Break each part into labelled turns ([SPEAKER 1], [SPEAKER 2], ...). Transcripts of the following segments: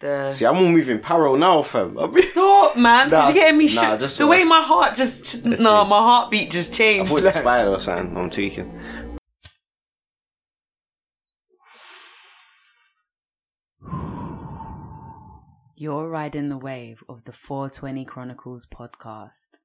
[SPEAKER 1] The...
[SPEAKER 2] See, I'm all moving parallel now, fam. I mean,
[SPEAKER 1] Stop, man.
[SPEAKER 2] Nah,
[SPEAKER 1] Did you hear me?
[SPEAKER 2] nah,
[SPEAKER 1] sh-
[SPEAKER 2] just
[SPEAKER 1] the
[SPEAKER 2] a-
[SPEAKER 1] way my heart just. No, nah, my heartbeat just
[SPEAKER 2] I
[SPEAKER 1] changed.
[SPEAKER 2] thought it
[SPEAKER 1] like-
[SPEAKER 2] expired or something. I'm tweaking.
[SPEAKER 3] You're riding the wave of the 420 Chronicles podcast.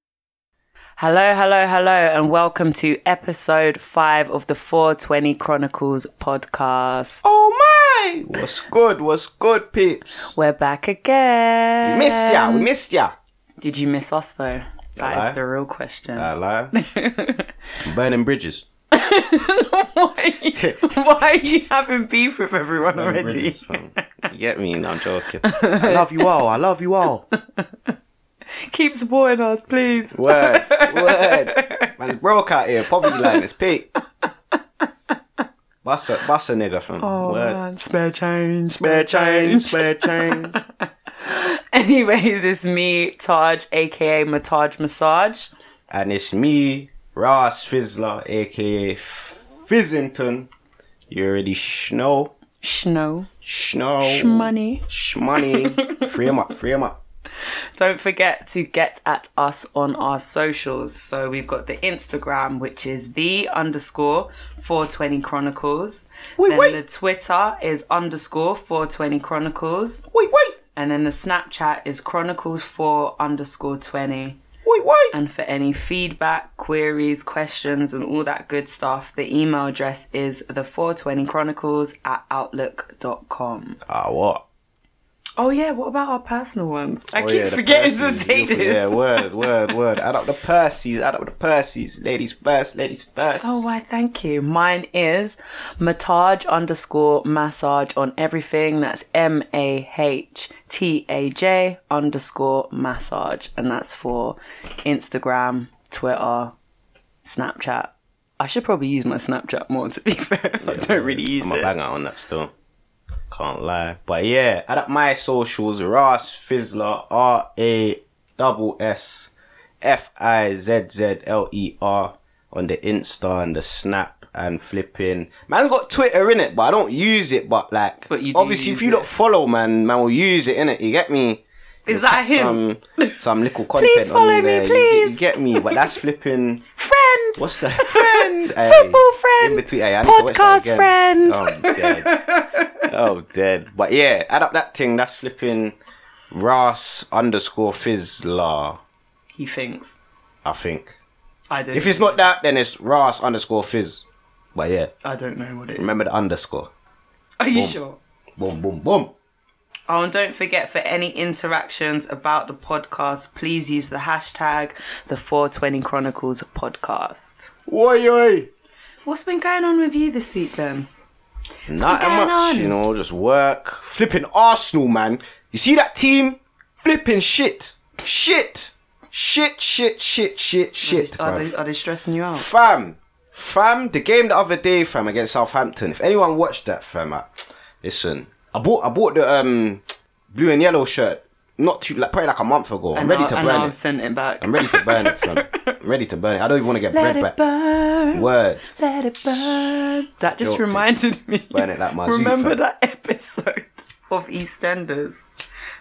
[SPEAKER 1] Hello, hello, hello, and welcome to episode five of the 420 Chronicles podcast.
[SPEAKER 2] Oh my! What's good? What's good, peeps?
[SPEAKER 1] We're back again.
[SPEAKER 2] We missed ya. We missed ya.
[SPEAKER 1] Did you miss us though? That
[SPEAKER 2] Hello?
[SPEAKER 1] is the real question.
[SPEAKER 2] I lie. I'm burning bridges.
[SPEAKER 1] why, why are you having beef with everyone
[SPEAKER 2] Burning
[SPEAKER 1] already?
[SPEAKER 2] bridges, fam. You get me? No, I'm joking. I love you all. I love you all.
[SPEAKER 1] Keep supporting us, please.
[SPEAKER 2] Word, word. Man, it's broke out here. Poverty line is peak. Bust a, bust a nigga from
[SPEAKER 1] Oh
[SPEAKER 2] word.
[SPEAKER 1] man, spare change.
[SPEAKER 2] Spare change, spare change.
[SPEAKER 1] Anyways, it's me, Taj, aka Mataj Massage.
[SPEAKER 2] and it's me, Ross Fizzler, aka Fizzington. You already snow,
[SPEAKER 1] Schno.
[SPEAKER 2] snow,
[SPEAKER 1] Shmoney.
[SPEAKER 2] shmoney. free him up, free him up.
[SPEAKER 1] Don't forget to get at us on our socials. So we've got the Instagram, which is the underscore 420 Chronicles.
[SPEAKER 2] Wait,
[SPEAKER 1] then
[SPEAKER 2] wait.
[SPEAKER 1] the Twitter is underscore 420 Chronicles.
[SPEAKER 2] Wait, wait,
[SPEAKER 1] And then the Snapchat is Chronicles4 underscore 20.
[SPEAKER 2] wait, wait.
[SPEAKER 1] And for any feedback, queries, questions, and all that good stuff, the email address is the 420 Chronicles at outlook.com.
[SPEAKER 2] Ah, what?
[SPEAKER 1] Oh, yeah, what about our personal ones? I
[SPEAKER 2] Oh,
[SPEAKER 1] keep
[SPEAKER 2] yeah, the
[SPEAKER 1] forgetting to
[SPEAKER 2] Percy's,
[SPEAKER 1] say
[SPEAKER 2] beautiful.
[SPEAKER 1] this.
[SPEAKER 2] Yeah, word, word, word. Add up the Percy's, add up the Percy's. Ladies first, ladies first.
[SPEAKER 1] Oh, why, thank you. Mine is matage underscore massage on everything. That's M A H T A J underscore massage. And that's for Instagram, Twitter, Snapchat. I should probably use my Snapchat more, to be fair. I don't really use
[SPEAKER 2] I'm
[SPEAKER 1] it.
[SPEAKER 2] a banger on that still. Can't lie. But yeah, add up my socials, Ras Fizzler, R A double S F I Z Z L E R on the Insta and the Snap and flipping. Man's got Twitter in it, but I don't use it. But like,
[SPEAKER 1] But you do
[SPEAKER 2] obviously, if
[SPEAKER 1] use
[SPEAKER 2] you
[SPEAKER 1] it.
[SPEAKER 2] don't follow, man, man will use it in it. You get me?
[SPEAKER 1] Is that him?
[SPEAKER 2] Some some little content.
[SPEAKER 1] follow me,
[SPEAKER 2] on there. you- You,
[SPEAKER 1] please.
[SPEAKER 2] get me? But that's flipping.
[SPEAKER 1] Friend!
[SPEAKER 2] What's the
[SPEAKER 1] Friend!
[SPEAKER 2] Hey,
[SPEAKER 1] Football friend!
[SPEAKER 2] In between, hey, I need to watch
[SPEAKER 1] Podcast
[SPEAKER 2] that again.
[SPEAKER 1] friend!
[SPEAKER 2] Oh, I'm dead. oh, dead. But yeah, add up that thing. That's flipping Ras underscore Fizzler,
[SPEAKER 1] He thinks.
[SPEAKER 2] I think.
[SPEAKER 1] I don't
[SPEAKER 2] If it's not that, then it's Ras underscore Fizz. But yeah,
[SPEAKER 1] I don't know what it is.
[SPEAKER 2] remember the underscore.
[SPEAKER 1] Are you
[SPEAKER 2] Boom.
[SPEAKER 1] sure?
[SPEAKER 2] Boom, boom, boom.
[SPEAKER 1] Oh, and don't forget for any interactions about the podcast, please use the hashtag the 420 Chronicles podcast.
[SPEAKER 2] Oi, oi.
[SPEAKER 1] What's been going on with you this week then?
[SPEAKER 2] Not
[SPEAKER 1] going
[SPEAKER 2] that much,
[SPEAKER 1] on?
[SPEAKER 2] you know, just work. Flipping Arsenal, man. You see that team? Flipping shit. Shit. Shit, shit, shit, shit, shit.
[SPEAKER 1] Are
[SPEAKER 2] bruv.
[SPEAKER 1] they, are they stressing you out?
[SPEAKER 2] Fam, fam, the game the other day, fam, against Southampton. If anyone watched that, fam, I, listen, I bought, I bought the um blue and yellow shirt not too, like probably like a month ago. I'm ready
[SPEAKER 1] I'll-
[SPEAKER 2] to
[SPEAKER 1] and
[SPEAKER 2] burn
[SPEAKER 1] I'll
[SPEAKER 2] it.
[SPEAKER 1] send it back.
[SPEAKER 2] I'm ready to burn it, fam. I'm ready to burn it. I don't even want to get
[SPEAKER 1] Let
[SPEAKER 2] bread
[SPEAKER 1] it
[SPEAKER 2] back.
[SPEAKER 1] burn.
[SPEAKER 2] Word,
[SPEAKER 1] Let it burn. That just
[SPEAKER 2] Jolted.
[SPEAKER 1] reminded me.
[SPEAKER 2] Burn it like my zoo,
[SPEAKER 1] Remember
[SPEAKER 2] fam.
[SPEAKER 1] that episode of EastEnders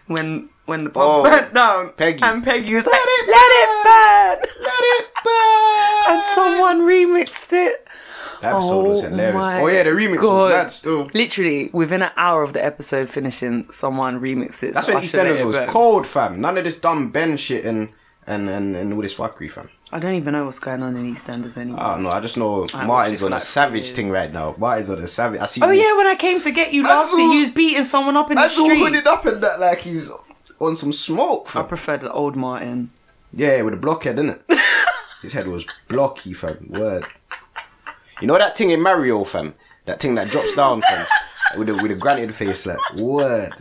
[SPEAKER 1] when when the
[SPEAKER 2] Oh,
[SPEAKER 1] pub burnt down
[SPEAKER 2] Peggy.
[SPEAKER 1] and Peggy was like, "Let it burn, let it burn,"
[SPEAKER 2] let it burn.
[SPEAKER 1] and someone remixed it.
[SPEAKER 2] that episode was
[SPEAKER 1] Oh
[SPEAKER 2] hilarious.
[SPEAKER 1] my
[SPEAKER 2] Oh yeah, the remix
[SPEAKER 1] God.
[SPEAKER 2] was mad still.
[SPEAKER 1] Literally within an hour of the episode finishing, someone remixed it.
[SPEAKER 2] That's
[SPEAKER 1] to
[SPEAKER 2] when
[SPEAKER 1] Usher Let
[SPEAKER 2] EastEnders
[SPEAKER 1] It
[SPEAKER 2] was
[SPEAKER 1] Burn.
[SPEAKER 2] cold, fam. None of this dumb Ben shit and and and, and all this fuckery, fam.
[SPEAKER 1] I don't even know what's going on in EastEnders anymore.
[SPEAKER 2] I don't know. I just know
[SPEAKER 1] watched it
[SPEAKER 2] Martin's
[SPEAKER 1] for
[SPEAKER 2] on a
[SPEAKER 1] like three
[SPEAKER 2] savage
[SPEAKER 1] years.
[SPEAKER 2] thing right now. Martin's on a savage. I see.
[SPEAKER 1] oh yeah, when I came to get you last
[SPEAKER 2] Mazel-
[SPEAKER 1] week, you was beating someone up in the
[SPEAKER 2] That's all
[SPEAKER 1] street.
[SPEAKER 2] hooded up and that, like he's on some smoke.
[SPEAKER 1] I
[SPEAKER 2] Fam.
[SPEAKER 1] preferred the old Martin.
[SPEAKER 2] Yeah, with a blockhead, innit? His head was blocky, fam. Word. You know that thing in Mario, fam? That thing that drops down, fam? with, a, with a granted face, like, word.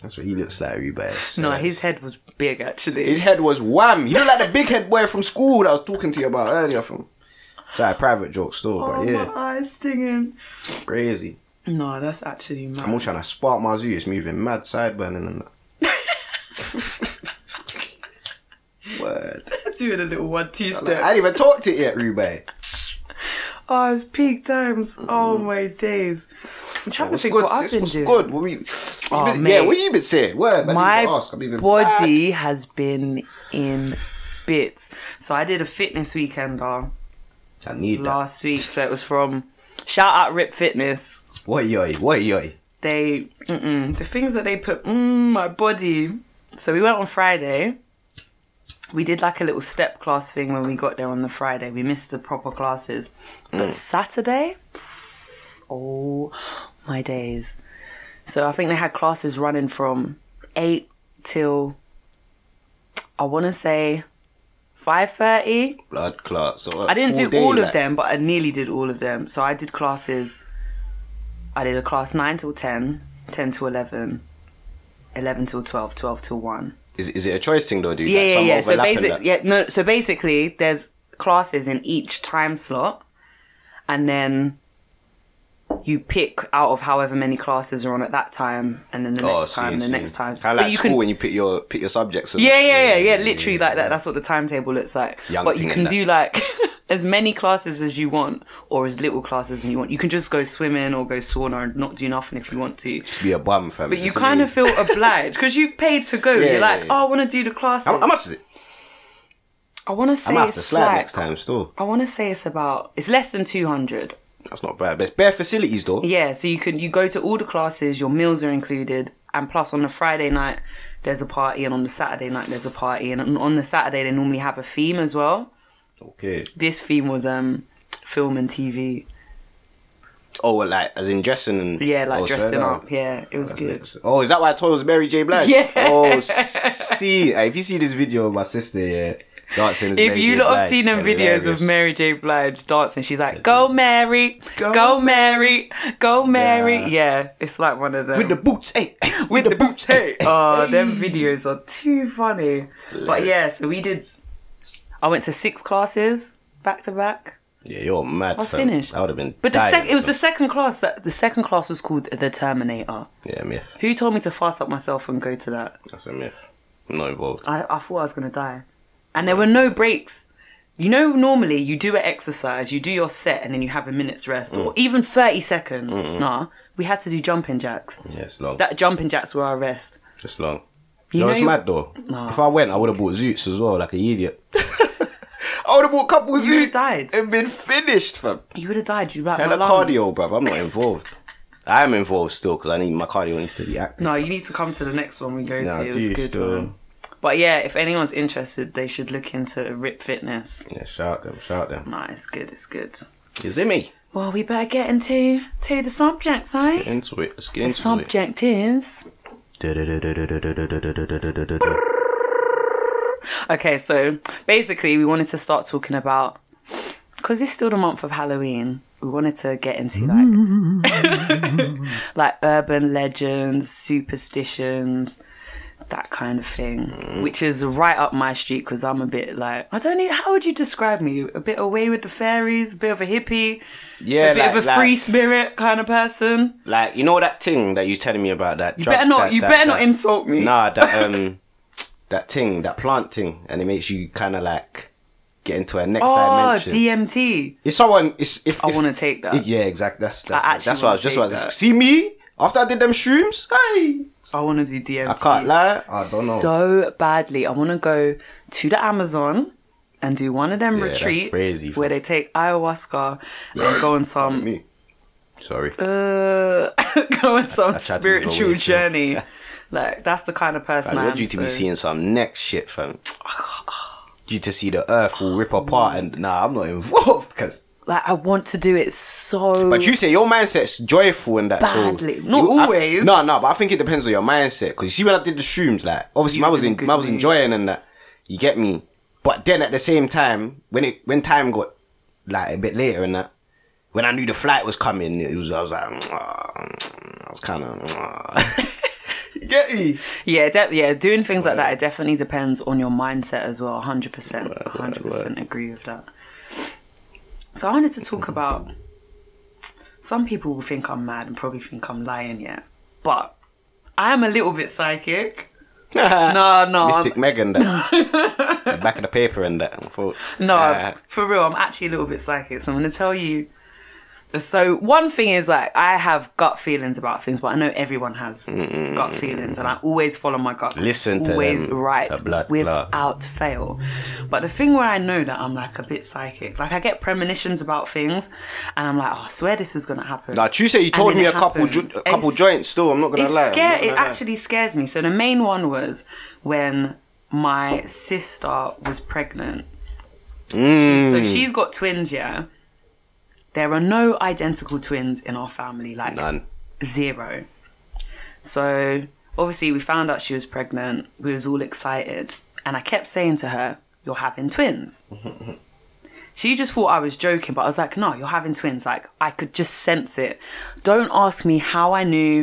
[SPEAKER 2] That's what he looks like, you guys.
[SPEAKER 1] No, his head was big actually.
[SPEAKER 2] His head was wham. He looked like the big head boy from school that I was talking to you about earlier, fam. It's like a private joke still,
[SPEAKER 1] oh,
[SPEAKER 2] but yeah,
[SPEAKER 1] my eyes stinging.
[SPEAKER 2] crazy.
[SPEAKER 1] No, that's actually mad.
[SPEAKER 2] I'm all trying to spark my zoo. It's moving mad sideburning and that. Word.
[SPEAKER 1] doing a little one-two
[SPEAKER 2] Like,
[SPEAKER 1] step.
[SPEAKER 2] I ain't even talked it yet, Rube.
[SPEAKER 1] Oh, it's peak times. Oh my days. I'm trying
[SPEAKER 2] What's
[SPEAKER 1] to think
[SPEAKER 2] good,
[SPEAKER 1] what I've
[SPEAKER 2] sis?
[SPEAKER 1] been
[SPEAKER 2] What's
[SPEAKER 1] doing.
[SPEAKER 2] good? What we
[SPEAKER 1] Oh,
[SPEAKER 2] You been-
[SPEAKER 1] mate.
[SPEAKER 2] yeah, what you been saying? Word, I didn't
[SPEAKER 1] my
[SPEAKER 2] even ask. I'm even Ah,
[SPEAKER 1] body has been in bits. So I did a fitness weekend uh,
[SPEAKER 2] I need that.
[SPEAKER 1] last week. So it was from shout out Rip Fitness.
[SPEAKER 2] What yoy? What yoy?
[SPEAKER 1] They mm-mm, the things that they put mm, my body. So we went on Friday. We did like a little step class thing when we got there on the Friday. We missed the proper classes, but Saturday, oh my days! So I think they had classes running from eight till I want to say five thirty.
[SPEAKER 2] Blood clot. So
[SPEAKER 1] I didn't do all of them, but I nearly did all of them. So I did classes. I did a class 9 till 10, 10 to 11, 11 till 12, 12 till 1.
[SPEAKER 2] Is, is it a choice thing though? Do
[SPEAKER 1] Yeah, yeah, yeah. So
[SPEAKER 2] basically,
[SPEAKER 1] basically, yeah, no, so basically there's classes in each time slot and then you pick out of however many classes are on at that time and then the
[SPEAKER 2] Oh,
[SPEAKER 1] next
[SPEAKER 2] see,
[SPEAKER 1] time, the
[SPEAKER 2] see.
[SPEAKER 1] next time.
[SPEAKER 2] How like
[SPEAKER 1] But you
[SPEAKER 2] school
[SPEAKER 1] can-
[SPEAKER 2] when you pick your pick your subjects. and-
[SPEAKER 1] yeah, yeah, yeah, yeah. Literally like that. That's what the timetable looks like.
[SPEAKER 2] Young
[SPEAKER 1] but
[SPEAKER 2] thing
[SPEAKER 1] you
[SPEAKER 2] and
[SPEAKER 1] can
[SPEAKER 2] that.
[SPEAKER 1] do like as many classes as you want, or as little classes as you want. You can just go swimming or go sauna and not do nothing if you want to.
[SPEAKER 2] Just be a bum, fam.
[SPEAKER 1] But you kind of feel obliged because you paid to go.
[SPEAKER 2] Yeah,
[SPEAKER 1] You're like,
[SPEAKER 2] yeah, yeah.
[SPEAKER 1] oh, I want to do the classes.
[SPEAKER 2] How, how much is it?
[SPEAKER 1] I want to say
[SPEAKER 2] I might have to
[SPEAKER 1] it's
[SPEAKER 2] slide
[SPEAKER 1] like,
[SPEAKER 2] next time. Still,
[SPEAKER 1] I want to say it's about it's less than two hundred.
[SPEAKER 2] that's not bad. But it's bare facilities though.
[SPEAKER 1] Yeah, so you can you go to all the classes, your meals are included, and plus on the Friday night there's a party, and on the Saturday night there's a party, and on the Saturday they normally have a theme as well.
[SPEAKER 2] Okay.
[SPEAKER 1] this theme was um film and TV.
[SPEAKER 2] Oh, well, like as in dressing and
[SPEAKER 1] Yeah, like
[SPEAKER 2] oh, so
[SPEAKER 1] dressing
[SPEAKER 2] now-
[SPEAKER 1] up. Yeah, it was good.
[SPEAKER 2] Oh, is that why I told it was Mary J. Blige?
[SPEAKER 1] Yeah.
[SPEAKER 2] Oh, see, if you see this video of my sister, yeah, dancing. As
[SPEAKER 1] If
[SPEAKER 2] Mary
[SPEAKER 1] you
[SPEAKER 2] J.
[SPEAKER 1] lot
[SPEAKER 2] Blige,
[SPEAKER 1] have seen them videos
[SPEAKER 2] hilarious.
[SPEAKER 1] of Mary J. Blige dancing, she's like, "Go Mary,
[SPEAKER 2] Go
[SPEAKER 1] go, Mary, go Mary."
[SPEAKER 2] Yeah.
[SPEAKER 1] Yeah. it's like one of them.
[SPEAKER 2] with the boots, hey, with,
[SPEAKER 1] With the boots, hey. Oh, them videos are too funny. But
[SPEAKER 2] Hilarious.
[SPEAKER 1] yeah, so we did. I went to six classes back to back.
[SPEAKER 2] Yeah, you're mad. I
[SPEAKER 1] was finished.
[SPEAKER 2] I would have been.
[SPEAKER 1] But the
[SPEAKER 2] dying,
[SPEAKER 1] sec- it was
[SPEAKER 2] fam.
[SPEAKER 1] the second class that the second class was called the Terminator.
[SPEAKER 2] Yeah, myth.
[SPEAKER 1] Who told me to fast up myself and go to that?
[SPEAKER 2] That's a myth. I'm not involved.
[SPEAKER 1] I, I thought I was going to die. And there were no breaks. You know, normally you do an exercise, you do your set, and then you have a minute's rest,
[SPEAKER 2] Mm.
[SPEAKER 1] or even 30 seconds. Nah, we had to do jumping jacks.
[SPEAKER 2] Yeah, it's long.
[SPEAKER 1] That jumping jacks were our rest.
[SPEAKER 2] It's long.
[SPEAKER 1] You
[SPEAKER 2] You know,
[SPEAKER 1] know
[SPEAKER 2] it's
[SPEAKER 1] you-
[SPEAKER 2] mad though.
[SPEAKER 1] Nah.
[SPEAKER 2] If I went, I would have bought Zoots as well, like an idiot. I would have bought a couple
[SPEAKER 1] You
[SPEAKER 2] Zoots
[SPEAKER 1] died.
[SPEAKER 2] and been finished, fam.
[SPEAKER 1] You would have died. You'd like my
[SPEAKER 2] Hella
[SPEAKER 1] lungs.
[SPEAKER 2] cardio, bruv. I'm not involved. I am involved still because I need my cardio needs to be active.
[SPEAKER 1] No, you need to come to the next one we go
[SPEAKER 2] Nah,
[SPEAKER 1] to. It was
[SPEAKER 2] geez,
[SPEAKER 1] good.
[SPEAKER 2] though.
[SPEAKER 1] man. But yeah, if anyone's interested, they should look into Rip Fitness.
[SPEAKER 2] Yeah, shout them, shout them.
[SPEAKER 1] Nah, it's good. It's good.
[SPEAKER 2] Is it me?
[SPEAKER 1] Well, we better get into to the subjects, eh?
[SPEAKER 2] Into it. Let's get
[SPEAKER 1] The
[SPEAKER 2] into
[SPEAKER 1] subject is
[SPEAKER 2] it.
[SPEAKER 1] Okay, so basically, we wanted to start talking about because it's still the month of Halloween. We wanted to get into like like urban legends, superstitions, that kind of thing, which is right up my street because I'm a bit like I don't know how would you describe me? A bit away with the fairies, a bit of a hippie,
[SPEAKER 2] Yeah,
[SPEAKER 1] a bit
[SPEAKER 2] like,
[SPEAKER 1] of a
[SPEAKER 2] like,
[SPEAKER 1] free spirit kind of person.
[SPEAKER 2] like you know that thing that you was telling me about that.
[SPEAKER 1] You better not, you better not insult me.
[SPEAKER 2] Nah, that um, that thing, that plant thing, and it makes you kind of like get into a next
[SPEAKER 1] Oh,
[SPEAKER 2] dimension.
[SPEAKER 1] DMT.
[SPEAKER 2] If someone, it's, if
[SPEAKER 1] I
[SPEAKER 2] if-
[SPEAKER 1] wanna take that.
[SPEAKER 2] Yeah, exactly. That's that's,
[SPEAKER 1] actually
[SPEAKER 2] that's what I
[SPEAKER 1] wanna
[SPEAKER 2] was just
[SPEAKER 1] take
[SPEAKER 2] about to say.
[SPEAKER 1] that.
[SPEAKER 2] See me after I did them shrooms. Hey,
[SPEAKER 1] I want to do DMT.
[SPEAKER 2] I can't lie. I don't know.
[SPEAKER 1] so badly. I want to go to the Amazon and do one of them
[SPEAKER 2] that's
[SPEAKER 1] retreats
[SPEAKER 2] crazy, fam.
[SPEAKER 1] where they take ayahuasca and go on some
[SPEAKER 2] me. Sorry.
[SPEAKER 1] uh, go on some
[SPEAKER 2] I tried to move
[SPEAKER 1] spiritual
[SPEAKER 2] away, so-
[SPEAKER 1] journey. Like that's the kind of person I
[SPEAKER 2] Man,
[SPEAKER 1] am.
[SPEAKER 2] what due to be
[SPEAKER 1] so-
[SPEAKER 2] seeing some next shit, fam? Due to see the earth will rip apart and nah, I'm not involved. Cause
[SPEAKER 1] Like I want to do it so.
[SPEAKER 2] but you say your mindset's joyful and that.
[SPEAKER 1] Badly.
[SPEAKER 2] So
[SPEAKER 1] Not
[SPEAKER 2] You- I-
[SPEAKER 1] always.
[SPEAKER 2] no, no, but I think it depends on your mindset. Cause you see when I did the shrooms, like obviously
[SPEAKER 1] You
[SPEAKER 2] I
[SPEAKER 1] was
[SPEAKER 2] was
[SPEAKER 1] in a
[SPEAKER 2] in,
[SPEAKER 1] good
[SPEAKER 2] I was
[SPEAKER 1] mood.
[SPEAKER 2] enjoying and that. You get me. But then at the same time, when it when time got like a bit later and that, when I knew the flight was coming, it was I was like, I was kind of. You get me?
[SPEAKER 1] yeah, de- yeah, doing things like that. It definitely depends on your mindset as well. Hundred percent, hundred percent agree with that. So I wanted to talk about. Some people will think I'm mad and probably think I'm lying. Yeah, but I am a little bit psychic. No, no,
[SPEAKER 2] Mystic
[SPEAKER 1] I'm,
[SPEAKER 2] Megan, that the back of the paper and that. I thought,
[SPEAKER 1] no.
[SPEAKER 2] uh,
[SPEAKER 1] for real, I'm actually a little bit psychic. So I'm going to tell you So one thing is like I have gut feelings about things, but I know everyone has gut feelings, and I always follow my gut.
[SPEAKER 2] Listen to
[SPEAKER 1] always
[SPEAKER 2] them,
[SPEAKER 1] right
[SPEAKER 2] to blood
[SPEAKER 1] without
[SPEAKER 2] clot.
[SPEAKER 1] fail. But the thing where I know that I'm like a bit psychic, like I get premonitions about things, and I'm like, oh, I swear this is gonna happen.
[SPEAKER 2] Like you say, you
[SPEAKER 1] And
[SPEAKER 2] told
[SPEAKER 1] then
[SPEAKER 2] me
[SPEAKER 1] it
[SPEAKER 2] a couple, ju-
[SPEAKER 1] happens.
[SPEAKER 2] a couple
[SPEAKER 1] It's-
[SPEAKER 2] joints. Still, I'm not gonna
[SPEAKER 1] it
[SPEAKER 2] lie. I'm
[SPEAKER 1] scare-
[SPEAKER 2] not gonna
[SPEAKER 1] it
[SPEAKER 2] lie.
[SPEAKER 1] actually scares me. So the main one was when my sister was pregnant. She's- so she's got twins, yeah. There are no identical twins in our family, like
[SPEAKER 2] None.
[SPEAKER 1] zero. So obviously we found out she was pregnant. We was all excited, and I kept saying to her, "You're having twins." She just thought I was joking, but I was like, "No, you're having twins." Like I could just sense it. Don't ask me how I knew,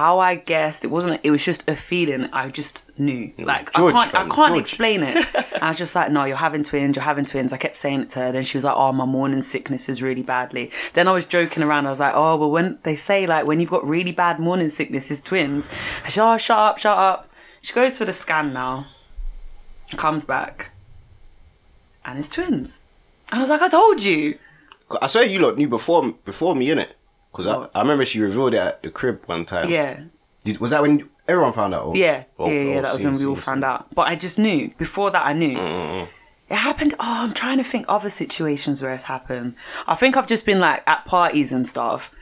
[SPEAKER 1] how I guessed. It wasn't. It was just a feeling. I just knew. Like
[SPEAKER 2] George,
[SPEAKER 1] I can't.
[SPEAKER 2] fam,
[SPEAKER 1] I can't
[SPEAKER 2] George.
[SPEAKER 1] explain it. And I was just like, "No, you're having twins. You're having twins." I kept saying it to her. Then she was like, "Oh, my morning sickness is really badly." Then I was joking around. I was like, "Oh, well, when they say like when you've got really bad morning sickness, is twins." I said, "Oh, shut up, shut up." She goes for the scan now. Comes back, and it's twins. And I was like, I told you.
[SPEAKER 2] I swear you lot knew before before me, innit? Because I, I remember she revealed it at the crib one time.
[SPEAKER 1] Yeah.
[SPEAKER 2] Did, was that when everyone found out? Or,
[SPEAKER 1] Yeah.
[SPEAKER 2] Oh,
[SPEAKER 1] yeah, yeah,
[SPEAKER 2] oh,
[SPEAKER 1] that was
[SPEAKER 2] see,
[SPEAKER 1] when we
[SPEAKER 2] see,
[SPEAKER 1] all
[SPEAKER 2] see. Mm,
[SPEAKER 1] found out. But I just knew. Before that, I knew. It happened. Oh, I'm trying to think other situations where it's happened. I think I've just been like at parties and stuff.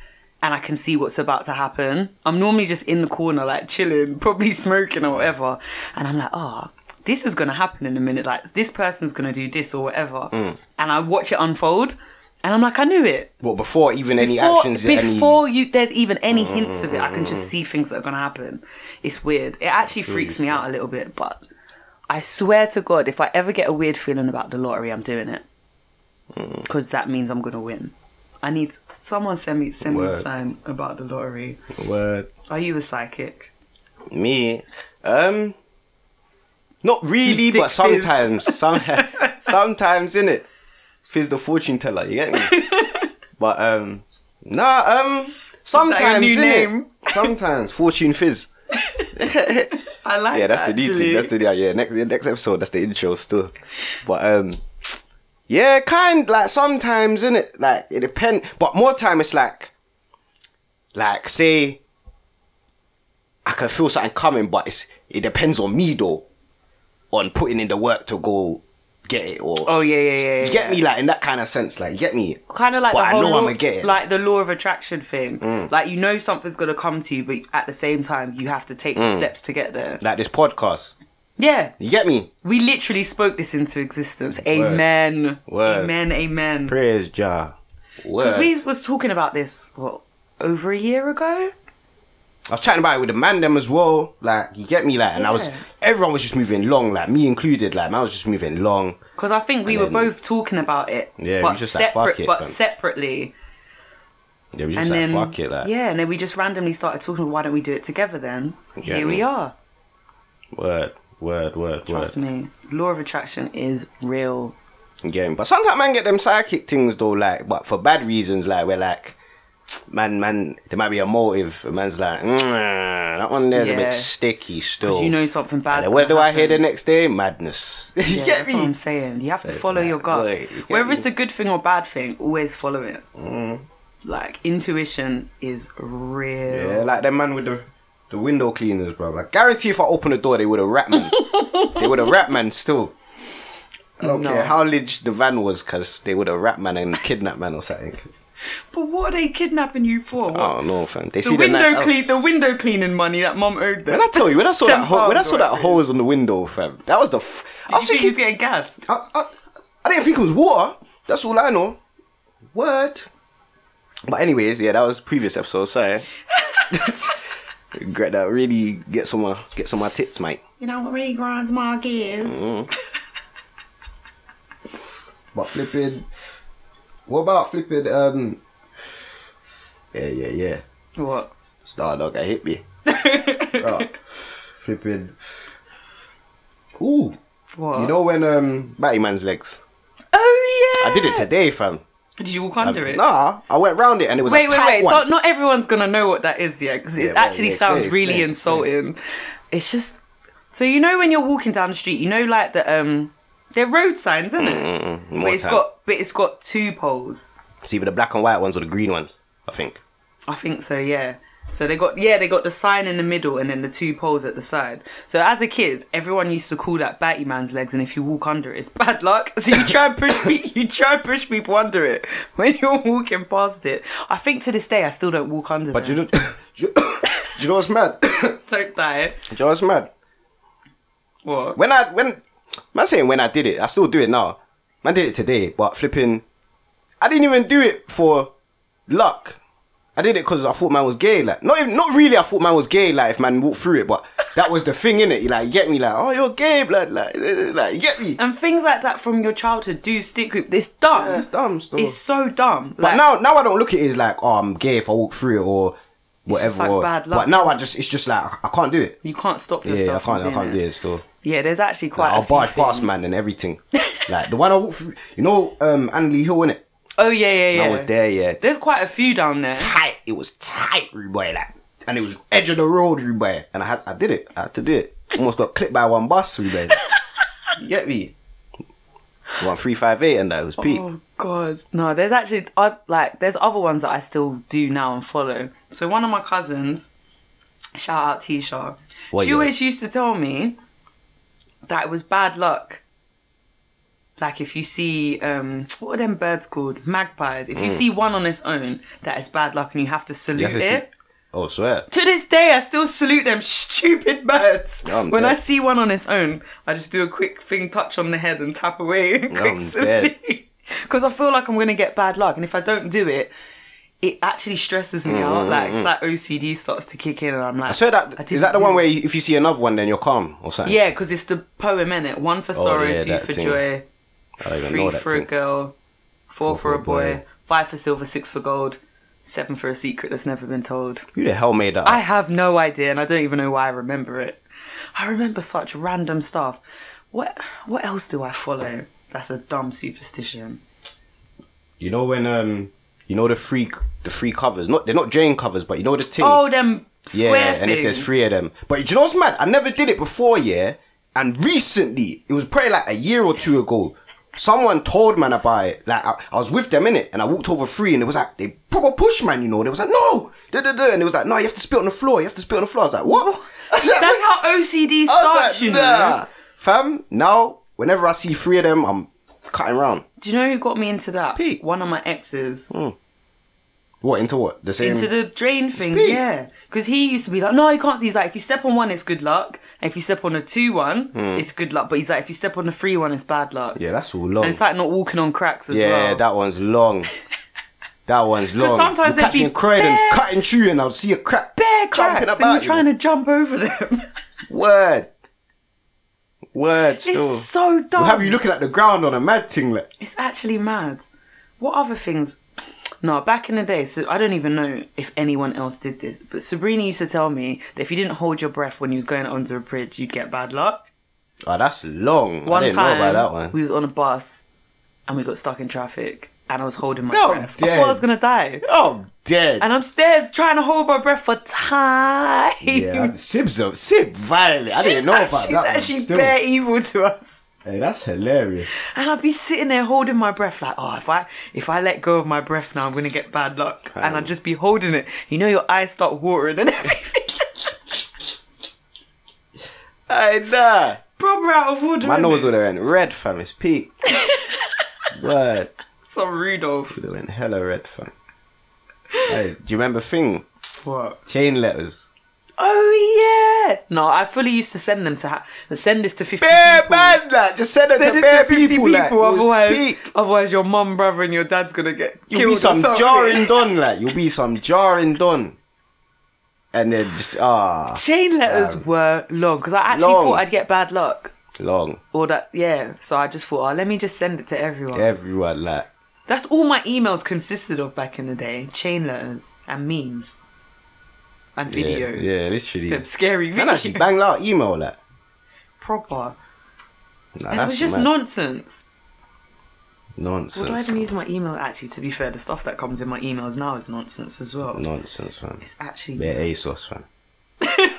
[SPEAKER 1] And I can see what's about to happen. I'm normally just in the corner, like chilling, probably smoking or whatever. And I'm like, oh, this is gonna happen in a minute. Like this person's gonna do this or whatever.
[SPEAKER 2] Mm.
[SPEAKER 1] And I watch it unfold, and I'm like, I knew it
[SPEAKER 2] Well, before even any
[SPEAKER 1] before,
[SPEAKER 2] actions, any Mm.
[SPEAKER 1] before you there's even any hints of it i can just see things that are going to happen it's weird it actually freaks me out a little bit but i swear to god if i ever get a weird feeling about the lottery i'm doing it
[SPEAKER 2] Mm.
[SPEAKER 1] because that means i'm going to win i need someone send me send me a
[SPEAKER 2] Word.
[SPEAKER 1] sign about the lottery
[SPEAKER 2] word.
[SPEAKER 1] are you a psychic
[SPEAKER 2] Me, um, not really,
[SPEAKER 1] stick
[SPEAKER 2] but
[SPEAKER 1] fizz.
[SPEAKER 2] sometimes, some, sometimes in it, fizz the fortune teller. You get me? but um, nah, um, sometimes
[SPEAKER 1] new
[SPEAKER 2] in it,
[SPEAKER 1] name?
[SPEAKER 2] sometimes fortune fizz.
[SPEAKER 1] i like
[SPEAKER 2] yeah, that's the new thing. That's the yeah, yeah. Next next episode, that's the intro still. But um, yeah, kind like sometimes in it, like it depend. But more time it's like, like say, I can feel something coming, but it's it depends on me though, on putting in the work to go get it or.
[SPEAKER 1] oh yeah yeah yeah, yeah.
[SPEAKER 2] You get me, like in that kind of sense, like you get me.
[SPEAKER 1] kind of like
[SPEAKER 2] but
[SPEAKER 1] the
[SPEAKER 2] I
[SPEAKER 1] whole
[SPEAKER 2] know
[SPEAKER 1] law,
[SPEAKER 2] I'm Mm. gonna get it.
[SPEAKER 1] like the law of attraction thing like you know something's going to come to you but at the same time you have to take
[SPEAKER 2] Mm.
[SPEAKER 1] the steps to get there
[SPEAKER 2] like this podcast.
[SPEAKER 1] yeah
[SPEAKER 2] You get me?
[SPEAKER 1] We literally spoke this into existence. Amen.
[SPEAKER 2] Word.
[SPEAKER 1] Amen. Amen.
[SPEAKER 2] Praise Jah.
[SPEAKER 1] Because
[SPEAKER 2] Word.
[SPEAKER 1] we was talking about this what over a year ago.
[SPEAKER 2] I was chatting about it with the man them as well. Like, you get me, like, and I was
[SPEAKER 1] Yeah.
[SPEAKER 2] everyone was just moving long, like me included. Like, man was just moving long.
[SPEAKER 1] Because I think we were
[SPEAKER 2] then-
[SPEAKER 1] both talking about it,
[SPEAKER 2] Yeah, we
[SPEAKER 1] but
[SPEAKER 2] just like,
[SPEAKER 1] separate,
[SPEAKER 2] fuck it,
[SPEAKER 1] but
[SPEAKER 2] fam.
[SPEAKER 1] separately.
[SPEAKER 2] They was
[SPEAKER 1] And
[SPEAKER 2] just like,
[SPEAKER 1] then
[SPEAKER 2] fuck it, like,
[SPEAKER 1] yeah, and then we just randomly started talking. Why don't we do it together then?
[SPEAKER 2] Yeah,
[SPEAKER 1] Here we
[SPEAKER 2] man.
[SPEAKER 1] are.
[SPEAKER 2] word, word, word,
[SPEAKER 1] Trust
[SPEAKER 2] word.
[SPEAKER 1] me, law of attraction is real.
[SPEAKER 2] You get me? But sometimes man get them psychic things though, like, but for bad reasons, like we're like, man, man, there might be a motive. A man's like, mm, that one there's a
[SPEAKER 1] Yeah.
[SPEAKER 2] bit sticky still.
[SPEAKER 1] Because you know something bad.
[SPEAKER 2] And then what do I hear the next day? Madness. you
[SPEAKER 1] Yeah,
[SPEAKER 2] get
[SPEAKER 1] that's what
[SPEAKER 2] me?
[SPEAKER 1] I'm saying. You have to
[SPEAKER 2] it's
[SPEAKER 1] follow
[SPEAKER 2] like,
[SPEAKER 1] your gut.
[SPEAKER 2] wait, you get
[SPEAKER 1] Whether
[SPEAKER 2] me?
[SPEAKER 1] it's a good thing or bad thing, always follow it. Like intuition is real.
[SPEAKER 2] Mm-hmm. Yeah, like that man with the the window cleaners, bro. Like, guarantee if I open the door, they would have rat man. they would have rat man still. I don't
[SPEAKER 1] No.
[SPEAKER 2] care how lich the van was, cause they would have rat man and kidnap man or something. 'cause-
[SPEAKER 1] But what are they kidnapping you for? What?
[SPEAKER 2] I don't know, fam. They
[SPEAKER 1] the
[SPEAKER 2] Oh, see
[SPEAKER 1] window
[SPEAKER 2] night-
[SPEAKER 1] clean, the window cleaning money that mom owed them.
[SPEAKER 2] When I tell you, when I saw that, ho- when I
[SPEAKER 1] £10
[SPEAKER 2] saw that
[SPEAKER 1] worth.
[SPEAKER 2] hose on the window, fam, that was the. F- I
[SPEAKER 1] Did
[SPEAKER 2] was
[SPEAKER 1] you think
[SPEAKER 2] thinking,
[SPEAKER 1] he's getting gassed?
[SPEAKER 2] I, I, I didn't think it was water. That's all I know. Word. But anyways, yeah, that was previous episode. Sorry. Regret that. Really get some uh, get some of my tips, mate.
[SPEAKER 1] You know what really grinds my gears?
[SPEAKER 2] Mm-hmm. But flipping, what about flipping? Um, yeah, yeah, yeah.
[SPEAKER 1] What?
[SPEAKER 2] Star dog, I hit me. Bruh, flipping. Ooh,
[SPEAKER 1] What?
[SPEAKER 2] you know when um, Batty man's legs?
[SPEAKER 1] oh yeah.
[SPEAKER 2] I did it today, fam.
[SPEAKER 1] Did you walk under it?
[SPEAKER 2] Nah, I went round it and it was
[SPEAKER 1] Wait,
[SPEAKER 2] a
[SPEAKER 1] wait,
[SPEAKER 2] tight
[SPEAKER 1] wait.
[SPEAKER 2] one.
[SPEAKER 1] So not everyone's gonna know what that is yet, because
[SPEAKER 2] Yeah,
[SPEAKER 1] it
[SPEAKER 2] well,
[SPEAKER 1] actually
[SPEAKER 2] yeah,
[SPEAKER 1] sounds
[SPEAKER 2] explain,
[SPEAKER 1] really
[SPEAKER 2] explain,
[SPEAKER 1] insulting. It's just so you know when you're walking down the street, you know like the um, they're road signs, isn't it?
[SPEAKER 2] Mm, more
[SPEAKER 1] but it's
[SPEAKER 2] time.
[SPEAKER 1] got but it's got two poles.
[SPEAKER 2] It's either the black and white ones or the green ones, I think.
[SPEAKER 1] I think so, yeah. So they got yeah, they got the sign in the middle and then the two poles at the side. So as a kid, everyone used to call that batty man's legs, and if you walk under it, it's bad luck. So you try and push pe- you try and push people under it when you're walking past it. I think to this day I still don't walk under.
[SPEAKER 2] But do
[SPEAKER 1] them.
[SPEAKER 2] you know, do you, do you know what's mad? do you
[SPEAKER 1] don't die.
[SPEAKER 2] know what's mad?
[SPEAKER 1] What?
[SPEAKER 2] When I when man saying when I did it, I still do it now. Man did it today, but flipping, I didn't even do it for luck. I did it because I thought man was gay. Like not even not really. I thought man was gay. Like if man walked through it, but that was the thing in it. You like you get me? Like oh you're gay, blood. Like eh, like you get me?
[SPEAKER 1] and things like that from your childhood do stick with. It's dumb.
[SPEAKER 2] Yeah, it's dumb still.
[SPEAKER 1] It's so dumb.
[SPEAKER 2] But now now I don't look at it as like oh I'm gay if I walk through it or whatever.
[SPEAKER 1] just like
[SPEAKER 2] or-
[SPEAKER 1] bad luck.
[SPEAKER 2] But now I just it's just like I can't do it.
[SPEAKER 1] you can't stop yourself.
[SPEAKER 2] Yeah, I
[SPEAKER 1] from
[SPEAKER 2] can't. I
[SPEAKER 1] doing
[SPEAKER 2] can't
[SPEAKER 1] it.
[SPEAKER 2] do it still.
[SPEAKER 1] Yeah, there's actually quite.
[SPEAKER 2] I'll
[SPEAKER 1] a few
[SPEAKER 2] barge past
[SPEAKER 1] things.
[SPEAKER 2] man and everything. like the one I walked through, you know, um, Annalie Hill in it.
[SPEAKER 1] Oh yeah, yeah, yeah.
[SPEAKER 2] I was there, yeah.
[SPEAKER 1] There's quite a few down there.
[SPEAKER 2] tight. It was tight, boy. Like, and it was edge of the road, boy. And I had, I did it. I had to do it. Almost got clipped by one bus, boy. you get me? One three five eight, and that was peak.
[SPEAKER 1] Oh god, no. There's actually oth- like there's other ones that I still do now and follow. So one of my cousins, shout out Tisha,
[SPEAKER 2] What
[SPEAKER 1] she
[SPEAKER 2] year?
[SPEAKER 1] always used to tell me that it was bad luck. Like if you see um what are them birds called magpies? If you see one on its own, that is bad luck, and you have to salute
[SPEAKER 2] have to
[SPEAKER 1] it.
[SPEAKER 2] Oh, swear.
[SPEAKER 1] To this day, I still salute them stupid birds.
[SPEAKER 2] I'm
[SPEAKER 1] when I
[SPEAKER 2] dead.
[SPEAKER 1] see one on its own, I just do a quick thing, touch on the head, and tap away.
[SPEAKER 2] I'm dead.
[SPEAKER 1] Because I feel like I'm going to get bad luck. And if I don't do it, it actually stresses me out. Like, it's like OCD starts to kick in, and I'm like,
[SPEAKER 2] Mm-hmm. I swear that
[SPEAKER 1] I
[SPEAKER 2] is that the
[SPEAKER 1] didn't
[SPEAKER 2] one
[SPEAKER 1] do
[SPEAKER 2] where
[SPEAKER 1] it.
[SPEAKER 2] you, if you see another one, then you're calm or something.
[SPEAKER 1] Yeah, because it's the poem, innit? One for sorrow,
[SPEAKER 2] Oh, yeah,
[SPEAKER 1] two
[SPEAKER 2] that
[SPEAKER 1] for
[SPEAKER 2] thing.
[SPEAKER 1] joy,
[SPEAKER 2] I don't even
[SPEAKER 1] three
[SPEAKER 2] know that
[SPEAKER 1] for a
[SPEAKER 2] thing.
[SPEAKER 1] girl, four, for a boy, five for silver, six for gold, seven for a secret that's never been told.
[SPEAKER 2] Who the hell made that?
[SPEAKER 1] I
[SPEAKER 2] up?
[SPEAKER 1] have no idea, and I don't even know why I remember it. I remember such random stuff. What what else do I follow? That's a dumb superstition.
[SPEAKER 2] You know when um, you know the free the free covers. Not they're not Jane covers, but you know the thing.
[SPEAKER 1] Oh, them square
[SPEAKER 2] yeah,
[SPEAKER 1] things.
[SPEAKER 2] and if there's three of them. But do you know what's mad? I never did it before, yeah. And recently, it was probably like a year or two ago. Someone told man about it. Like I, I was with them in it, and I walked over free, and it was like they proper push man, you know. They was like no, da, da, da. and it was like no, you have to spit on the floor. You have to spit on the floor. I was like what? I was like,
[SPEAKER 1] That's
[SPEAKER 2] "What?"
[SPEAKER 1] how OCD
[SPEAKER 2] I was
[SPEAKER 1] starts,
[SPEAKER 2] like,
[SPEAKER 1] you know.
[SPEAKER 2] "Nah." Fam, now whenever I see three of them, I'm cutting round.
[SPEAKER 1] Do you know who got me into that?
[SPEAKER 2] Pete. Mm.
[SPEAKER 1] One of my exes.
[SPEAKER 2] What into what? The same.
[SPEAKER 1] Into the drain thing,
[SPEAKER 2] Pete.
[SPEAKER 1] yeah. Because he used to be like, no, you can't see. He's like, if you step on one, it's good luck. And if you step on a two one, it's good luck. But he's like, if you step on the three one, it's bad luck.
[SPEAKER 2] Hmm. yeah, that's all long.
[SPEAKER 1] And it's like not walking on cracks as well.
[SPEAKER 2] Yeah, that one's long. That one's long.
[SPEAKER 1] sometimes
[SPEAKER 2] you
[SPEAKER 1] they'd be
[SPEAKER 2] catching Croydon,
[SPEAKER 1] bare-
[SPEAKER 2] cutting through, and I'll see a crack
[SPEAKER 1] Bear
[SPEAKER 2] jumping
[SPEAKER 1] cracks, and you're
[SPEAKER 2] about
[SPEAKER 1] trying to jump over them.
[SPEAKER 2] word, word. Still,
[SPEAKER 1] It's so dumb.
[SPEAKER 2] We'll have you looking at the ground on a mad thing, like
[SPEAKER 1] It's actually mad. What other things? No, back in the day, so I don't even know if anyone else did this, but Sabrina used to tell me that if you didn't hold your breath when you was going under a bridge, you'd get bad luck.
[SPEAKER 2] oh, that's long.
[SPEAKER 1] One
[SPEAKER 2] I didn't
[SPEAKER 1] time,
[SPEAKER 2] know about that one.
[SPEAKER 1] we was on a bus and we got stuck in traffic, and I was holding my
[SPEAKER 2] No,
[SPEAKER 1] breath. I thought I was
[SPEAKER 2] dead.
[SPEAKER 1] gonna die,
[SPEAKER 2] Oh, I'm dead.
[SPEAKER 1] and I'm there trying to hold my breath for time.
[SPEAKER 2] yeah, that's- Sib's a Sib violent. I didn't know about
[SPEAKER 1] she's
[SPEAKER 2] that. one
[SPEAKER 1] actually
[SPEAKER 2] still.
[SPEAKER 1] bare evil to us.
[SPEAKER 2] Hey, that's hilarious.
[SPEAKER 1] And I'd be sitting there holding my breath, like, oh, if I if I let go of my breath now, I'm gonna get bad luck. And I'd just be holding it. You know, your eyes start watering and everything.
[SPEAKER 2] Hey, nah.
[SPEAKER 1] Proper out of order.
[SPEAKER 2] My
[SPEAKER 1] innit?
[SPEAKER 2] nose would have went red, fam. It's peak. word.
[SPEAKER 1] So Rudolph.
[SPEAKER 2] Would have went hella red, fam. Hey, do you remember thing?
[SPEAKER 1] What?
[SPEAKER 2] Chain letters.
[SPEAKER 1] Oh yeah. No, I fully used to send them to ha- send this to fifty
[SPEAKER 2] bare
[SPEAKER 1] people.
[SPEAKER 2] man, like, just send it
[SPEAKER 1] Send
[SPEAKER 2] to
[SPEAKER 1] this
[SPEAKER 2] bare
[SPEAKER 1] to 50
[SPEAKER 2] people,
[SPEAKER 1] people,
[SPEAKER 2] like,
[SPEAKER 1] otherwise,
[SPEAKER 2] it was peak.
[SPEAKER 1] otherwise your mum, brother, and your dad's gonna get
[SPEAKER 2] you'll be
[SPEAKER 1] killed or
[SPEAKER 2] some
[SPEAKER 1] something.
[SPEAKER 2] jarring don, like, you'll be some jarring don, and then just ah,
[SPEAKER 1] Chain letters were long because I actually
[SPEAKER 2] Long.
[SPEAKER 1] thought I'd get bad luck
[SPEAKER 2] long
[SPEAKER 1] or that yeah. So I just thought, oh, let me just send it to everyone.
[SPEAKER 2] everyone, like,
[SPEAKER 1] That's all my emails consisted of back in the day: chain letters and memes and
[SPEAKER 2] yeah,
[SPEAKER 1] videos.
[SPEAKER 2] yeah, literally.
[SPEAKER 1] Them scary
[SPEAKER 2] Man, actually
[SPEAKER 1] videos.
[SPEAKER 2] banged out email, like,
[SPEAKER 1] Proper.
[SPEAKER 2] nah,
[SPEAKER 1] And it
[SPEAKER 2] that's
[SPEAKER 1] was just
[SPEAKER 2] mad.
[SPEAKER 1] nonsense.
[SPEAKER 2] nonsense.
[SPEAKER 1] Well, do I even
[SPEAKER 2] man.
[SPEAKER 1] use my email? Actually, to be fair, the stuff that comes in my emails now is nonsense as well.
[SPEAKER 2] nonsense, fam.
[SPEAKER 1] It's actually.
[SPEAKER 2] Bare ASOS, fam.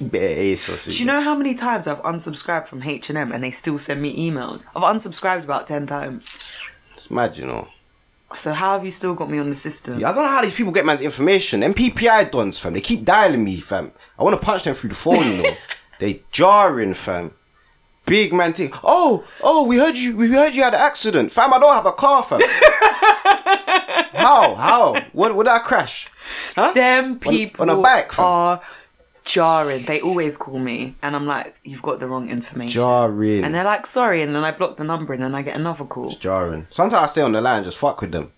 [SPEAKER 2] bare ASOS.
[SPEAKER 1] Do you know how many times I've unsubscribed from H and M and they still send me emails? I've unsubscribed about ten times.
[SPEAKER 2] It's mad, you know.
[SPEAKER 1] So how have you still got me on the system?
[SPEAKER 2] I don't know how these people get man's information. Them PPI dons, fam. They keep dialing me, fam. I want to punch them through the phone, you know. they jarring, fam. Big man thing. Oh, oh, we heard you. We heard you had an accident, fam. I don't have a car, fam. how? How? What? Would I crash? Huh?
[SPEAKER 1] Them people
[SPEAKER 2] on a bike, fam.
[SPEAKER 1] are jarring. They always call me, and I'm like, you've got the wrong information.
[SPEAKER 2] Jarring.
[SPEAKER 1] and they're like, sorry, and then I block the number, and then I get another call.
[SPEAKER 2] jarring. Sometimes I stay on the line and just fuck with them.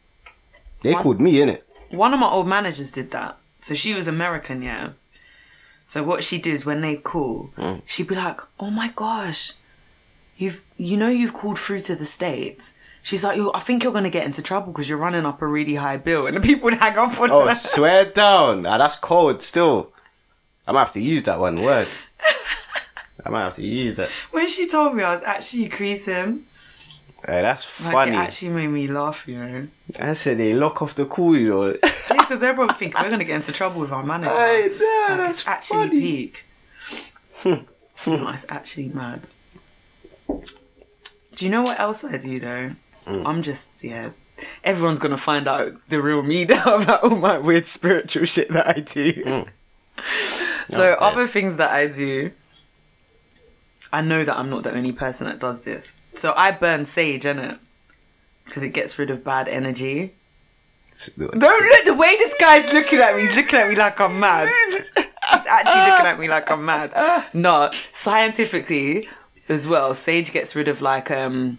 [SPEAKER 2] They called me, innit?
[SPEAKER 1] One of my old managers did that. So she was American, yeah. So what she'd do is when they'd call,
[SPEAKER 2] Mm.
[SPEAKER 1] she'd be like, "Oh my gosh, you've you know you've called through to the states." She's like, "You, I think you're gonna get into trouble because you're running up a really high bill," and the people would hang up on
[SPEAKER 2] Oh,
[SPEAKER 1] her.
[SPEAKER 2] swear down. Ah, that's cold still. I might have to use that one word. I might have to use that.
[SPEAKER 1] When she told me, I was actually creasing.
[SPEAKER 2] Hey, that's
[SPEAKER 1] Like
[SPEAKER 2] funny.
[SPEAKER 1] it actually made me laugh, you know,
[SPEAKER 2] I said they lock off the call, you know.
[SPEAKER 1] because everyone think we're gonna get into trouble with our manager.
[SPEAKER 2] hey, nah,
[SPEAKER 1] Like,
[SPEAKER 2] that's
[SPEAKER 1] it's actually
[SPEAKER 2] funny. Hmm.
[SPEAKER 1] peak. no, it's actually mad. Do you know what else I do though?
[SPEAKER 2] Mm.
[SPEAKER 1] I'm just yeah. Everyone's gonna find out the real me now about all my weird spiritual shit that I do. so
[SPEAKER 2] Hmm. Okay.
[SPEAKER 1] other things that I do, I know that I'm not the only person that does this. So I burn sage, innit? Because it gets rid of bad energy. Don't look the way this guy's looking at me. He's looking at me like I'm mad. He's actually looking at me like I'm mad. No, scientifically as well, sage gets rid of like um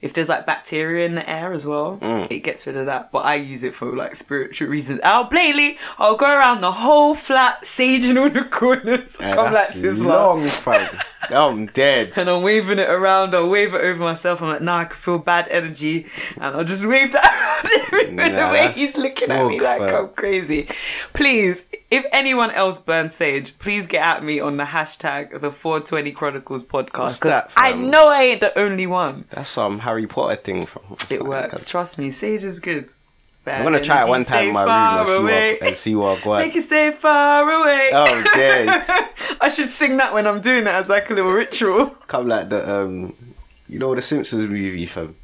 [SPEAKER 1] if there's like bacteria in the air as well, it gets rid of that. But I use it for like spiritual reasons. I'll blatantly, I'll go around the whole flat, saging all the corners.
[SPEAKER 2] Hey,
[SPEAKER 1] I'm like
[SPEAKER 2] that's
[SPEAKER 1] sizzler.
[SPEAKER 2] long fam. I'm dead.
[SPEAKER 1] And I'm waving it around. I'll wave it over myself. I'm like, nah, I can feel bad energy. And I'll just wave that around everywhere.
[SPEAKER 2] Nah,
[SPEAKER 1] the way
[SPEAKER 2] that's
[SPEAKER 1] he's looking at me
[SPEAKER 2] dog
[SPEAKER 1] like
[SPEAKER 2] fuck.
[SPEAKER 1] I'm crazy. Please, if anyone else burns sage, please get at me on the hashtag the 420 Chronicles podcast.
[SPEAKER 2] What's
[SPEAKER 1] 'cause
[SPEAKER 2] that,
[SPEAKER 1] I
[SPEAKER 2] fam?
[SPEAKER 1] know I ain't the only one.
[SPEAKER 2] That's some Harry Potter thing from.
[SPEAKER 1] It works. Trust me. Sage is good. Bad
[SPEAKER 2] I'm gonna try it
[SPEAKER 1] energy,
[SPEAKER 2] one time
[SPEAKER 1] stay
[SPEAKER 2] in my
[SPEAKER 1] far
[SPEAKER 2] room
[SPEAKER 1] away.
[SPEAKER 2] and see what and see what I
[SPEAKER 1] Make
[SPEAKER 2] got.
[SPEAKER 1] you stay far away.
[SPEAKER 2] Oh, dead.
[SPEAKER 1] I should sing that when I'm doing it as like a little ritual.
[SPEAKER 2] Come like the um, you know the Simpsons movie fam.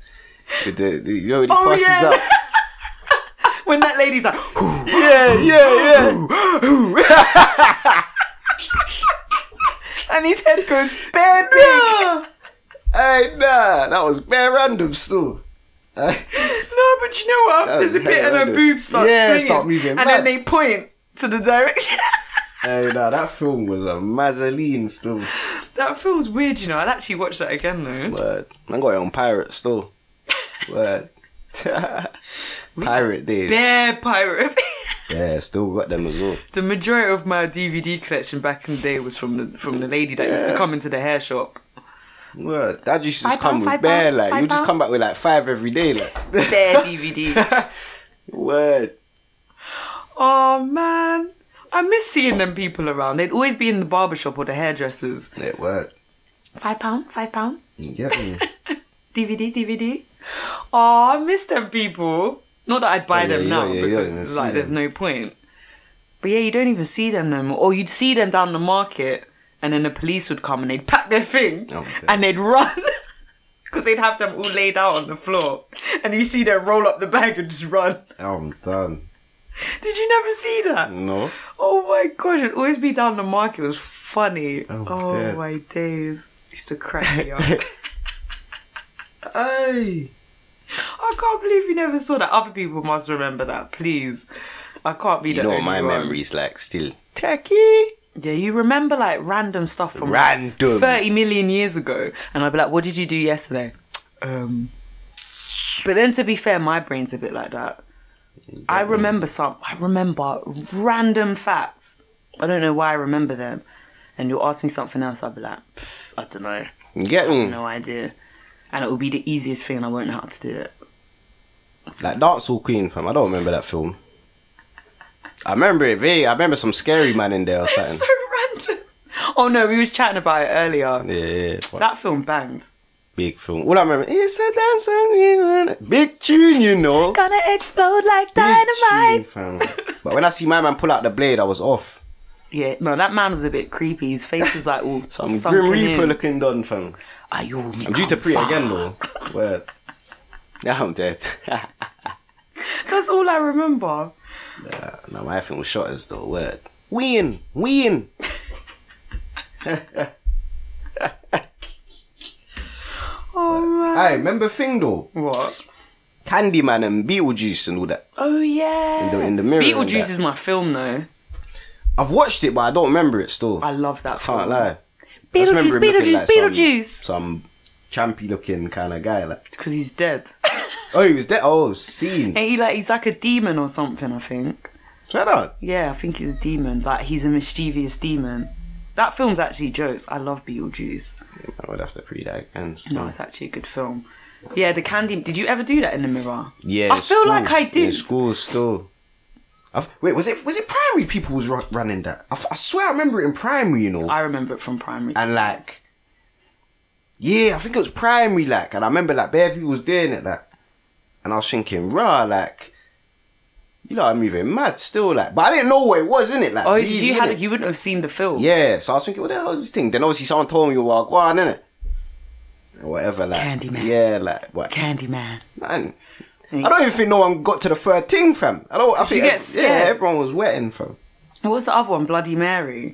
[SPEAKER 2] With the, the you know when he
[SPEAKER 1] Oh,
[SPEAKER 2] passes
[SPEAKER 1] yeah.
[SPEAKER 2] up.
[SPEAKER 1] when that lady's like,
[SPEAKER 2] Yeah, yeah, yeah.
[SPEAKER 1] and his head goes bare big.
[SPEAKER 2] hey, nah, that was bare random still. Uh,
[SPEAKER 1] No, but you know what?
[SPEAKER 2] That
[SPEAKER 1] There's a
[SPEAKER 2] was
[SPEAKER 1] bit, and her
[SPEAKER 2] horrendous.
[SPEAKER 1] boobs start
[SPEAKER 2] Oh, Yeah,
[SPEAKER 1] swinging,
[SPEAKER 2] start moving.
[SPEAKER 1] and
[SPEAKER 2] Mad.
[SPEAKER 1] then they point to the direction.
[SPEAKER 2] hey, nah, that film was a mazzoline still.
[SPEAKER 1] that feels weird, you know. I'd actually watch that again though.
[SPEAKER 2] Word. I got it on pirate still. Word. pirate days.
[SPEAKER 1] Bare pirate.
[SPEAKER 2] yeah, still got them as well.
[SPEAKER 1] the majority of my DVD collection back in the day was from the from the lady that used to come into the hair shop.
[SPEAKER 2] Word. Dad used to just
[SPEAKER 1] Five
[SPEAKER 2] come
[SPEAKER 1] pound,
[SPEAKER 2] with
[SPEAKER 1] five
[SPEAKER 2] bare
[SPEAKER 1] pound,
[SPEAKER 2] like
[SPEAKER 1] five
[SPEAKER 2] you just
[SPEAKER 1] pound.
[SPEAKER 2] come back with like five every day like.
[SPEAKER 1] Bare DVDs.
[SPEAKER 2] Word.
[SPEAKER 1] oh man, I miss seeing them people around. They'd always be in the barber shop or the hairdressers.
[SPEAKER 2] Yeah, word.
[SPEAKER 1] Five pound, five pound.
[SPEAKER 2] You get me?
[SPEAKER 1] DVD, DVD. Oh, I miss them people. Not that I'd buy
[SPEAKER 2] Yeah,
[SPEAKER 1] them
[SPEAKER 2] yeah,
[SPEAKER 1] now
[SPEAKER 2] yeah, yeah,
[SPEAKER 1] because
[SPEAKER 2] yeah, see
[SPEAKER 1] like there's
[SPEAKER 2] them.
[SPEAKER 1] no point. But yeah, you don't even see them no more. Or you'd see them down the market, and then the police would come and they'd pack their thing
[SPEAKER 2] Oh, dear.
[SPEAKER 1] and they'd run because they'd have them all laid out on the floor, and you see them roll up the bag and just run.
[SPEAKER 2] I'm done.
[SPEAKER 1] Did you never see that?
[SPEAKER 2] No.
[SPEAKER 1] Oh my gosh, it'd always be down the market. It was funny. Oh,
[SPEAKER 2] Oh, dear.
[SPEAKER 1] my days, used to crack me up.
[SPEAKER 2] Hey.
[SPEAKER 1] I can't believe you never saw that. Other people must remember that, please. I can't be
[SPEAKER 2] You
[SPEAKER 1] the
[SPEAKER 2] know what
[SPEAKER 1] only
[SPEAKER 2] my
[SPEAKER 1] one.
[SPEAKER 2] memory's like still. Techie.
[SPEAKER 1] Yeah, you remember like random stuff from like,
[SPEAKER 2] Random.
[SPEAKER 1] thirty million years ago, and I'd be like, "What did you do yesterday?" Um. But then, to be fair, my brain's a bit like that. I remember some. I remember random facts. I don't know why I remember them. And you'll ask me something else, I'll be like, "Pff, I don't know,
[SPEAKER 2] You get me?
[SPEAKER 1] no idea. And it will be the easiest thing, and I won't know how to do it.
[SPEAKER 2] Like Dancehall Queen, fam. I don't remember that film. I remember it. Very, I remember some scary man in there or
[SPEAKER 1] It's so
[SPEAKER 2] something.
[SPEAKER 1] random. Oh no, we was chatting about it earlier.
[SPEAKER 2] Yeah, yeah, yeah.
[SPEAKER 1] That film banged.
[SPEAKER 2] big film. All I remember is a dancing woman. Big tune, you know.
[SPEAKER 1] Gonna explode like
[SPEAKER 2] Big tune, fam. But when I see my man pull out the blade, I was off.
[SPEAKER 1] Yeah, no, that man was a bit creepy. His face was like all
[SPEAKER 2] Some
[SPEAKER 1] sunken
[SPEAKER 2] Grim Reaper
[SPEAKER 1] in.
[SPEAKER 2] looking done, fam.
[SPEAKER 1] Are you?
[SPEAKER 2] I'm due to pre again though. Word. Now I'm dead.
[SPEAKER 1] That's all I remember.
[SPEAKER 2] Uh, no, my thing was shot is the word. Ween, ween.
[SPEAKER 1] Oh man.
[SPEAKER 2] I remember thing though.
[SPEAKER 1] What?
[SPEAKER 2] Candyman and Beetlejuice and all that.
[SPEAKER 1] Oh yeah.
[SPEAKER 2] In the- in the mirror and
[SPEAKER 1] Beetlejuice
[SPEAKER 2] that.
[SPEAKER 1] is my film though.
[SPEAKER 2] I've watched it, but I don't remember it still.
[SPEAKER 1] I
[SPEAKER 2] I
[SPEAKER 1] love that film.
[SPEAKER 2] can't lie. I just remember
[SPEAKER 1] Beetlejuice,
[SPEAKER 2] him looking
[SPEAKER 1] Beetlejuice,
[SPEAKER 2] like some-
[SPEAKER 1] Beetlejuice.
[SPEAKER 2] Some champy looking kind of guy. Like,
[SPEAKER 1] Because he's dead.
[SPEAKER 2] oh, he was there. Oh, scene.
[SPEAKER 1] And he like he's like a demon or something. I think.
[SPEAKER 2] Right on.
[SPEAKER 1] Yeah, I think he's a demon. Like he's a mischievous demon. That film's actually jokes. I love Beetlejuice.
[SPEAKER 2] I would have to pre that again.
[SPEAKER 1] No, it's actually a good film. Yeah, the candy. Did you ever do that in the mirror?
[SPEAKER 2] Yeah,
[SPEAKER 1] I
[SPEAKER 2] in
[SPEAKER 1] feel
[SPEAKER 2] school.
[SPEAKER 1] like I
[SPEAKER 2] In
[SPEAKER 1] did.
[SPEAKER 2] school still. I've, wait, was it was it primary people was ru- running that? I, f- I swear I remember it in primary, you know.
[SPEAKER 1] I remember it from primary.
[SPEAKER 2] and like, yeah, I think it was primary, like, and I remember like bare people was doing it, like, and I was thinking, rah, like, you know, I'm moving mad still, like, but I didn't know what it was, in it, like,
[SPEAKER 1] oh,
[SPEAKER 2] really,
[SPEAKER 1] you had
[SPEAKER 2] innit?
[SPEAKER 1] you wouldn't have seen the film.
[SPEAKER 2] yeah. So I was thinking, what the hell is this thing? Then obviously someone told me what go on, innit? Whatever, like,
[SPEAKER 1] Candyman.
[SPEAKER 2] yeah, like, what?
[SPEAKER 1] Candyman.
[SPEAKER 2] Man.
[SPEAKER 1] And
[SPEAKER 2] I don't even think no one got to the third thing, fam. I don't. I think
[SPEAKER 1] you get
[SPEAKER 2] ev- yeah,
[SPEAKER 1] scared?
[SPEAKER 2] everyone was wetting, fam. Hmm,
[SPEAKER 1] What was the other one? Bloody Mary.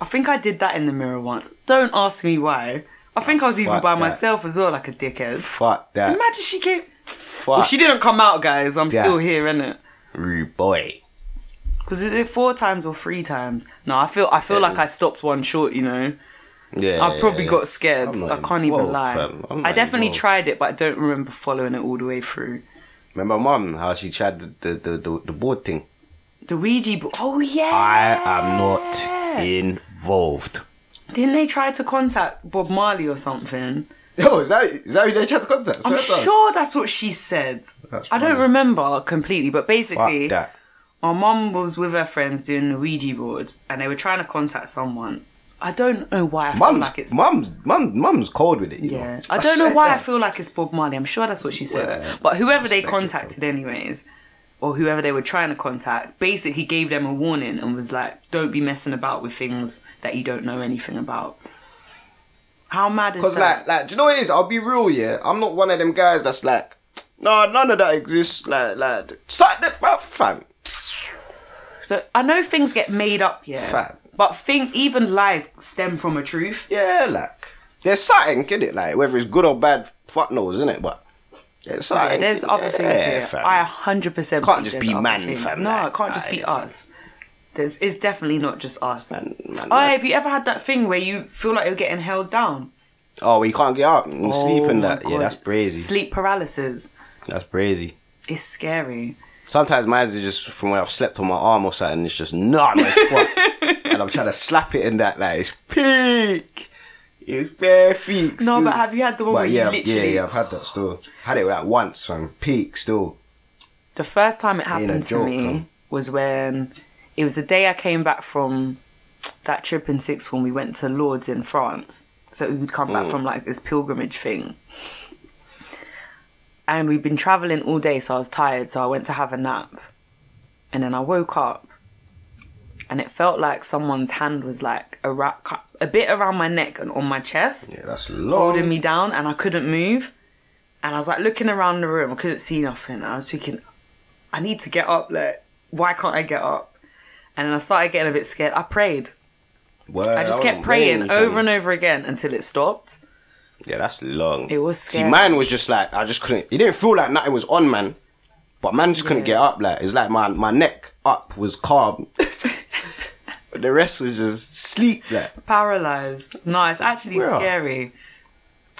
[SPEAKER 1] I think I did that in the mirror once. Don't ask me why. I think I was even
[SPEAKER 2] Fuck
[SPEAKER 1] by
[SPEAKER 2] that.
[SPEAKER 1] myself as well, like a dickhead.
[SPEAKER 2] Fuck that.
[SPEAKER 1] Imagine she came.
[SPEAKER 2] Fuck.
[SPEAKER 1] Well, she didn't come out, guys. I'm
[SPEAKER 2] Yeah.
[SPEAKER 1] still here, innit?
[SPEAKER 2] Rude boy.
[SPEAKER 1] Because is it four times or three times? No, I feel I feel
[SPEAKER 2] Yeah.
[SPEAKER 1] like I stopped one short. You know,
[SPEAKER 2] Yeah.
[SPEAKER 1] I probably
[SPEAKER 2] yeah,
[SPEAKER 1] got
[SPEAKER 2] yeah.
[SPEAKER 1] scared.
[SPEAKER 2] I'm not
[SPEAKER 1] I can't even
[SPEAKER 2] involved,
[SPEAKER 1] lie.
[SPEAKER 2] fam. I'm
[SPEAKER 1] I
[SPEAKER 2] not
[SPEAKER 1] definitely
[SPEAKER 2] involved.
[SPEAKER 1] tried it, but I don't remember following it all the way through.
[SPEAKER 2] Remember, mum, how she tried the the, the, the, the board thing.
[SPEAKER 1] The Ouija board. Oh yeah.
[SPEAKER 2] I um, am not involved.
[SPEAKER 1] Didn't they try to contact Bob Marley or something?
[SPEAKER 2] Yo, is that is that who they tried to contact?
[SPEAKER 1] I'm
[SPEAKER 2] Swear to God.
[SPEAKER 1] sure that's what she said.
[SPEAKER 2] That's
[SPEAKER 1] I don't
[SPEAKER 2] funny.
[SPEAKER 1] remember completely, but basically,
[SPEAKER 2] Fuck that.
[SPEAKER 1] our mum was with her friends doing the Ouija board, and they were trying to contact someone. I don't know why I feel
[SPEAKER 2] Mum's
[SPEAKER 1] like it's
[SPEAKER 2] mum's mum mum's cold with it. You
[SPEAKER 1] Yeah,
[SPEAKER 2] know?
[SPEAKER 1] I don't know
[SPEAKER 2] swear
[SPEAKER 1] why I
[SPEAKER 2] down.
[SPEAKER 1] feel like it's Bob Marley. I'm sure that's what she said.
[SPEAKER 2] Well,
[SPEAKER 1] but whoever they
[SPEAKER 2] respect it,
[SPEAKER 1] contacted, anyways, or whoever they were trying to contact, basically gave them a warning and was like, "Don't be messing about with things that you don't know anything about." How mad is
[SPEAKER 2] Cause
[SPEAKER 1] that?
[SPEAKER 2] like, like, do you know what it is? I'll be real, yeah. I'm not one of them guys that's like, no, none of that exists. Like, like, suck the but fam.
[SPEAKER 1] So, I know things get made up, yeah,
[SPEAKER 2] Fact.
[SPEAKER 1] but thing even lies stem from a truth.
[SPEAKER 2] Yeah, like, there's something, get it? Like, whether it's good or bad, fuck knows, isn't it? But there's something.
[SPEAKER 1] Yeah, there's
[SPEAKER 2] innit?
[SPEAKER 1] other things
[SPEAKER 2] Yeah,
[SPEAKER 1] here.
[SPEAKER 2] fam.
[SPEAKER 1] I 100%
[SPEAKER 2] Can't
[SPEAKER 1] believe
[SPEAKER 2] just
[SPEAKER 1] there's
[SPEAKER 2] be
[SPEAKER 1] other
[SPEAKER 2] man,
[SPEAKER 1] things.
[SPEAKER 2] fam,
[SPEAKER 1] No,
[SPEAKER 2] like,
[SPEAKER 1] it can't just be
[SPEAKER 2] aye, fam.
[SPEAKER 1] us. There's, it's definitely not just us.
[SPEAKER 2] Man, man,
[SPEAKER 1] Oh,
[SPEAKER 2] man.
[SPEAKER 1] have you ever had that thing where you feel like you're getting held down?
[SPEAKER 2] Oh, you can't get up and sleep
[SPEAKER 1] Oh
[SPEAKER 2] and
[SPEAKER 1] my
[SPEAKER 2] that. Yeah,
[SPEAKER 1] God.
[SPEAKER 2] that's crazy.
[SPEAKER 1] Sleep paralysis.
[SPEAKER 2] That's crazy.
[SPEAKER 1] It's scary.
[SPEAKER 2] Sometimes mine is just from where I've slept on my arm or something. It's just numb as fuck, and I'm trying to slap it in that like it's peak. It's bare feet.
[SPEAKER 1] No,
[SPEAKER 2] still.
[SPEAKER 1] but have you had the one where
[SPEAKER 2] But
[SPEAKER 1] you
[SPEAKER 2] yeah, yeah,
[SPEAKER 1] literally
[SPEAKER 2] yeah, I've had that still. Had it like once, fam. Peak still.
[SPEAKER 1] the first time it
[SPEAKER 2] Ain't
[SPEAKER 1] happened
[SPEAKER 2] a
[SPEAKER 1] to
[SPEAKER 2] joke,
[SPEAKER 1] me
[SPEAKER 2] huh?
[SPEAKER 1] was when it was the day I came back from that trip in sixth form. We went to Lourdes in France, so we'd come back from like this pilgrimage thing, and we'd been traveling all day, so I was tired. So I went to have a nap, and then I woke up, and it felt like someone's hand was like a a bit around my neck and on my chest
[SPEAKER 2] Yeah, that's long.
[SPEAKER 1] holding me down and I couldn't move. And I was like looking around the room, I couldn't see nothing. I was thinking, I need to get up. Like, why can't I get up? And then I started getting a bit scared. I prayed.
[SPEAKER 2] Word,
[SPEAKER 1] I just kept
[SPEAKER 2] wouldn't blame
[SPEAKER 1] praying
[SPEAKER 2] you, fam.
[SPEAKER 1] over and over again until it stopped.
[SPEAKER 2] Yeah, that's long.
[SPEAKER 1] It was
[SPEAKER 2] See,
[SPEAKER 1] scary.
[SPEAKER 2] mine was just like I just couldn't. It didn't feel like nothing was on, man. But man just couldn't
[SPEAKER 1] Yeah.
[SPEAKER 2] get up. Like it's like my my neck up was calm, but the rest was just sleep. Like
[SPEAKER 1] Paralyzed. No, it's actually
[SPEAKER 2] Yeah.
[SPEAKER 1] scary.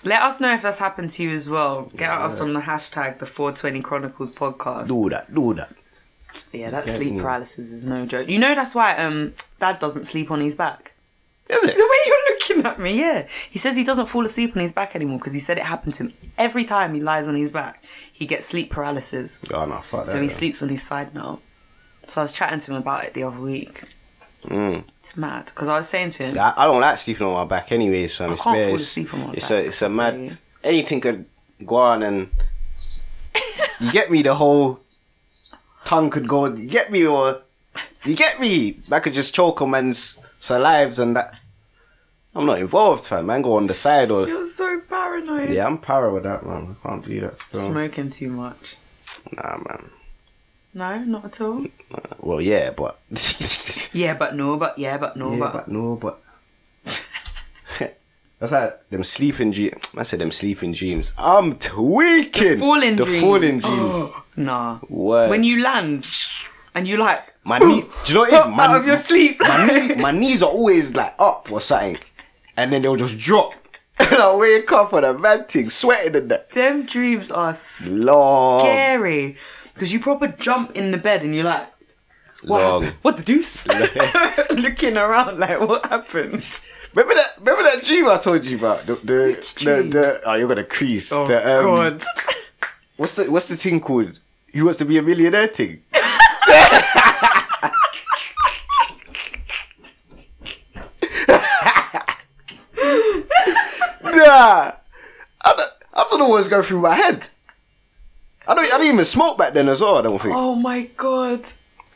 [SPEAKER 1] Let us know if that's happened to you as well. Get us on the hashtag the 420 Chronicles podcast.
[SPEAKER 2] do that, do that.
[SPEAKER 1] Yeah, that
[SPEAKER 2] Get
[SPEAKER 1] sleep
[SPEAKER 2] me.
[SPEAKER 1] paralysis is no joke. You know that's why um dad doesn't sleep on his back.
[SPEAKER 2] Is
[SPEAKER 1] The
[SPEAKER 2] it?
[SPEAKER 1] way you're looking at me, yeah. He says he doesn't fall asleep on his back anymore because he said it happened to him every time he lies on his back. He gets sleep paralysis,
[SPEAKER 2] Oh no, fuck that.
[SPEAKER 1] so he
[SPEAKER 2] man.
[SPEAKER 1] sleeps on his side now. So I was chatting to him about it the other week.
[SPEAKER 2] Mm.
[SPEAKER 1] It's mad because I was saying to him,
[SPEAKER 2] I, I don't like sleeping on my back anyway, so I'm
[SPEAKER 1] can't fall
[SPEAKER 2] it's,
[SPEAKER 1] asleep on my
[SPEAKER 2] it's
[SPEAKER 1] back,
[SPEAKER 2] a it's a mad
[SPEAKER 1] really.
[SPEAKER 2] anything could go on and you get me the whole tongue could go you get me or you get me I could just choke on man's salives and that I'm not involved fam man go on the side or
[SPEAKER 1] "You're so paranoid.
[SPEAKER 2] yeah I'm para with that man I can't do that so
[SPEAKER 1] Smoking too much.
[SPEAKER 2] nah man
[SPEAKER 1] No, not at all.
[SPEAKER 2] Well, yeah, but
[SPEAKER 1] Yeah, but no, but yeah, but no,
[SPEAKER 2] Yeah,
[SPEAKER 1] but.
[SPEAKER 2] Eh, but no, but that's like them sleeping dreams. I said them sleeping dreams. I'm tweaking.
[SPEAKER 1] Falling
[SPEAKER 2] the
[SPEAKER 1] dreams. Oh,
[SPEAKER 2] falling dreams.
[SPEAKER 1] Nah.
[SPEAKER 2] Word.
[SPEAKER 1] When you land and you like
[SPEAKER 2] my knee. Do you know what it is?
[SPEAKER 1] pop
[SPEAKER 2] My,
[SPEAKER 1] out of your sleep.
[SPEAKER 2] my knee. My knees are always like up or something, and then they'll just drop. And I wake up on a mad thing, sweating and that.
[SPEAKER 1] Them dreams are s-
[SPEAKER 2] Long.
[SPEAKER 1] scary. Because you proper jump in the bed and you're like, what,
[SPEAKER 2] Long.
[SPEAKER 1] happened? what the deuce? Looking around like, what happened?
[SPEAKER 2] Remember that? Remember that dream I told you about? The the, the,
[SPEAKER 1] dream?
[SPEAKER 2] the- oh, you're gonna crease.
[SPEAKER 1] Oh,
[SPEAKER 2] the, um,
[SPEAKER 1] God.
[SPEAKER 2] What's the What's the thing called? Who wants to be a millionaire thing? nah, I don't, I don't know what's going through my head. I don't. I didn't even smoke back then as well. I don't think
[SPEAKER 1] Oh my God.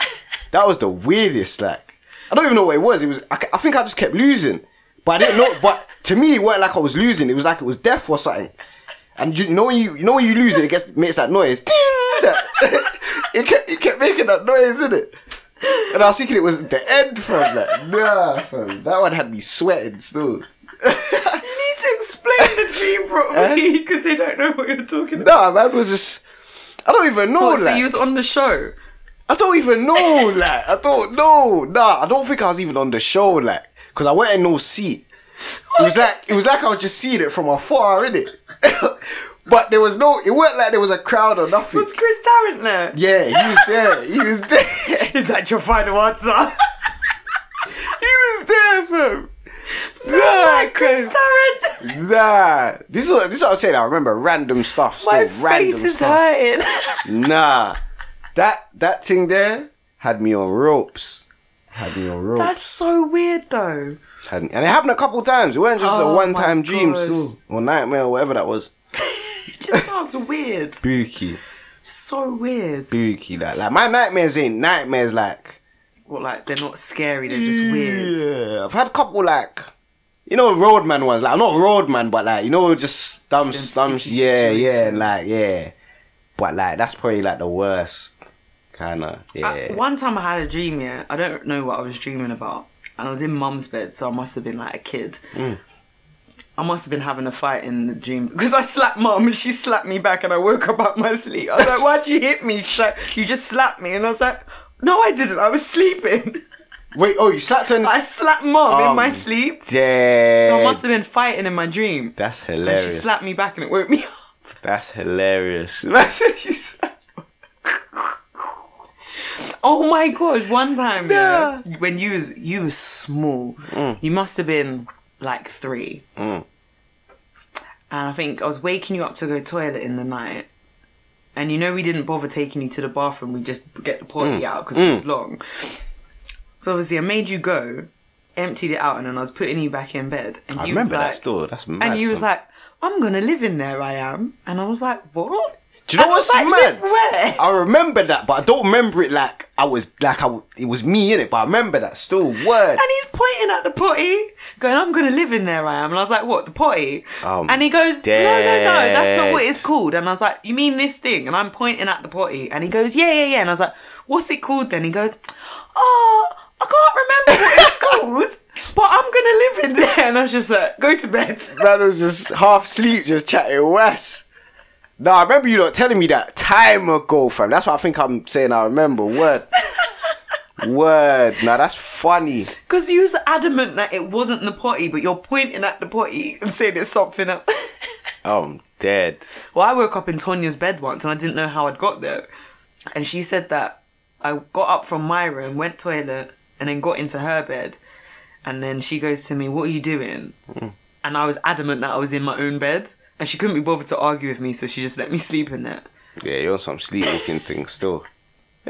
[SPEAKER 2] that was the weirdest. Like, I don't even know what it was. It was. I, ca- I think I just kept losing, but I didn't know. But to me, it weren't like I was losing. It was like it was death or something. And you, you know when you, you know when you lose it, it gets makes that noise. it kept it kept making that noise, innit? And I was thinking it was the end from that. Nah, fam, that one had me sweating still.
[SPEAKER 1] You need to explain the dream properly because they don't know what you're talking about.
[SPEAKER 2] Nah, man, it was just. I don't even know.
[SPEAKER 1] Oh,
[SPEAKER 2] like,
[SPEAKER 1] so you was on the show.
[SPEAKER 2] I don't even know, like, I don't know. Nah, I don't think I was even on the show, like, because I weren't in no seat. It was like, it was like I was just seeing it from afar, innit? but there was no, it weren't like there was a crowd or nothing.
[SPEAKER 1] Was Chris Tarrant there?
[SPEAKER 2] Yeah, he was there. He was there.
[SPEAKER 1] Is that your final answer?
[SPEAKER 2] he was there, fam. Nah,
[SPEAKER 1] Like Chris Tarrant.
[SPEAKER 2] nah. This is what, this is what I'm saying. I remember random stuff. Still,
[SPEAKER 1] My
[SPEAKER 2] random
[SPEAKER 1] face is
[SPEAKER 2] stuff.
[SPEAKER 1] hurting.
[SPEAKER 2] Nah, that that thing there had me on ropes. Had me on ropes.
[SPEAKER 1] That's so weird though.
[SPEAKER 2] hadn't- and it happened a couple times. It wasn't just
[SPEAKER 1] Oh
[SPEAKER 2] a one-time
[SPEAKER 1] my
[SPEAKER 2] dream,
[SPEAKER 1] gosh.
[SPEAKER 2] still, or nightmare, or whatever that was.
[SPEAKER 1] It just sounds weird.
[SPEAKER 2] Spooky,
[SPEAKER 1] So weird.
[SPEAKER 2] spooky. Like, like my nightmares ain't nightmares. Like,
[SPEAKER 1] Well, like they're not scary. They're just weird.
[SPEAKER 2] yeah, I've had a couple like, you know, roadman ones. Like, not roadman, but like, you know, just dumb,
[SPEAKER 1] Them
[SPEAKER 2] dumb.
[SPEAKER 1] sticky
[SPEAKER 2] Yeah, yeah,
[SPEAKER 1] situations.
[SPEAKER 2] like, yeah. But like, that's probably like the worst. Kind
[SPEAKER 1] Uh,
[SPEAKER 2] of, yeah.
[SPEAKER 1] I- one time I had a dream. Yeah, I don't know what I was dreaming about, and I was in mum's bed, so I must have been like a kid.
[SPEAKER 2] Mm.
[SPEAKER 1] I must have been having a fight in the dream because I slapped mum and she slapped me back, and I woke up out my sleep. I was like, "Why'd you hit me? She's like, you just slapped me," and I was like, "No, I didn't. I was sleeping.
[SPEAKER 2] Wait, oh, you slapped her in the.
[SPEAKER 1] I slapped mum in my
[SPEAKER 2] Um,
[SPEAKER 1] sleep,
[SPEAKER 2] Dead.
[SPEAKER 1] so I must have been fighting in my dream."
[SPEAKER 2] That's
[SPEAKER 1] And
[SPEAKER 2] hilarious.
[SPEAKER 1] she slapped me back, and it woke me up.
[SPEAKER 2] That's hilarious. That's what you slapped.
[SPEAKER 1] Oh my god! One time, yeah, when you was you was small, you must have been like three,
[SPEAKER 2] Mm.
[SPEAKER 1] and I think I was waking you up to go toilet in the night, and you know we didn't bother taking you to the bathroom. We just get the potty
[SPEAKER 2] Mm.
[SPEAKER 1] out 'cause out because it was long. So obviously, I made you go, emptied it out, and then I was putting you back in bed. And
[SPEAKER 2] I
[SPEAKER 1] you
[SPEAKER 2] remember
[SPEAKER 1] was like,
[SPEAKER 2] that still. That's mad.
[SPEAKER 1] and you was
[SPEAKER 2] fam.
[SPEAKER 1] like, "I'm gonna live in there. I am," and I was like, "What?"
[SPEAKER 2] Do you know
[SPEAKER 1] I was
[SPEAKER 2] what's
[SPEAKER 1] like,
[SPEAKER 2] mad?
[SPEAKER 1] "Live where?"
[SPEAKER 2] I remember that, but I don't remember it like I was like I w- it was me in it. But I remember that still. Word.
[SPEAKER 1] And he's pointing at the potty, going, I'm going to live in there, I am. And I was like, what, the potty?
[SPEAKER 2] Um,
[SPEAKER 1] and he goes, no, no, no, that's not
[SPEAKER 2] dead.
[SPEAKER 1] what it's called. And I was like, you mean this thing? And I'm pointing at the potty. And he goes, yeah, yeah, yeah. And I was like, what's it called then? He goes, oh, I can't remember what it's called, but I'm going to live in there. And I was just like, go to bed.
[SPEAKER 2] Man was just half asleep, just chatting west. No, I remember you not telling me that time ago, fam. That's what I think I'm saying. I remember. Word. Word. Now that's funny.
[SPEAKER 1] Because you was adamant that it wasn't the potty, but you're pointing at the potty and saying it's something else.
[SPEAKER 2] I'm dead.
[SPEAKER 1] Well, I woke up in Tonya's bed once and I didn't know how I'd got there. And she said that I got up from my room, went toilet, and then got into her bed. And then she goes to me, What are you doing? And I was adamant that I was in my own bed. And she couldn't be bothered to argue with me, so she just let me sleep in it.
[SPEAKER 2] Yeah, you're on some sleepwalking thing still.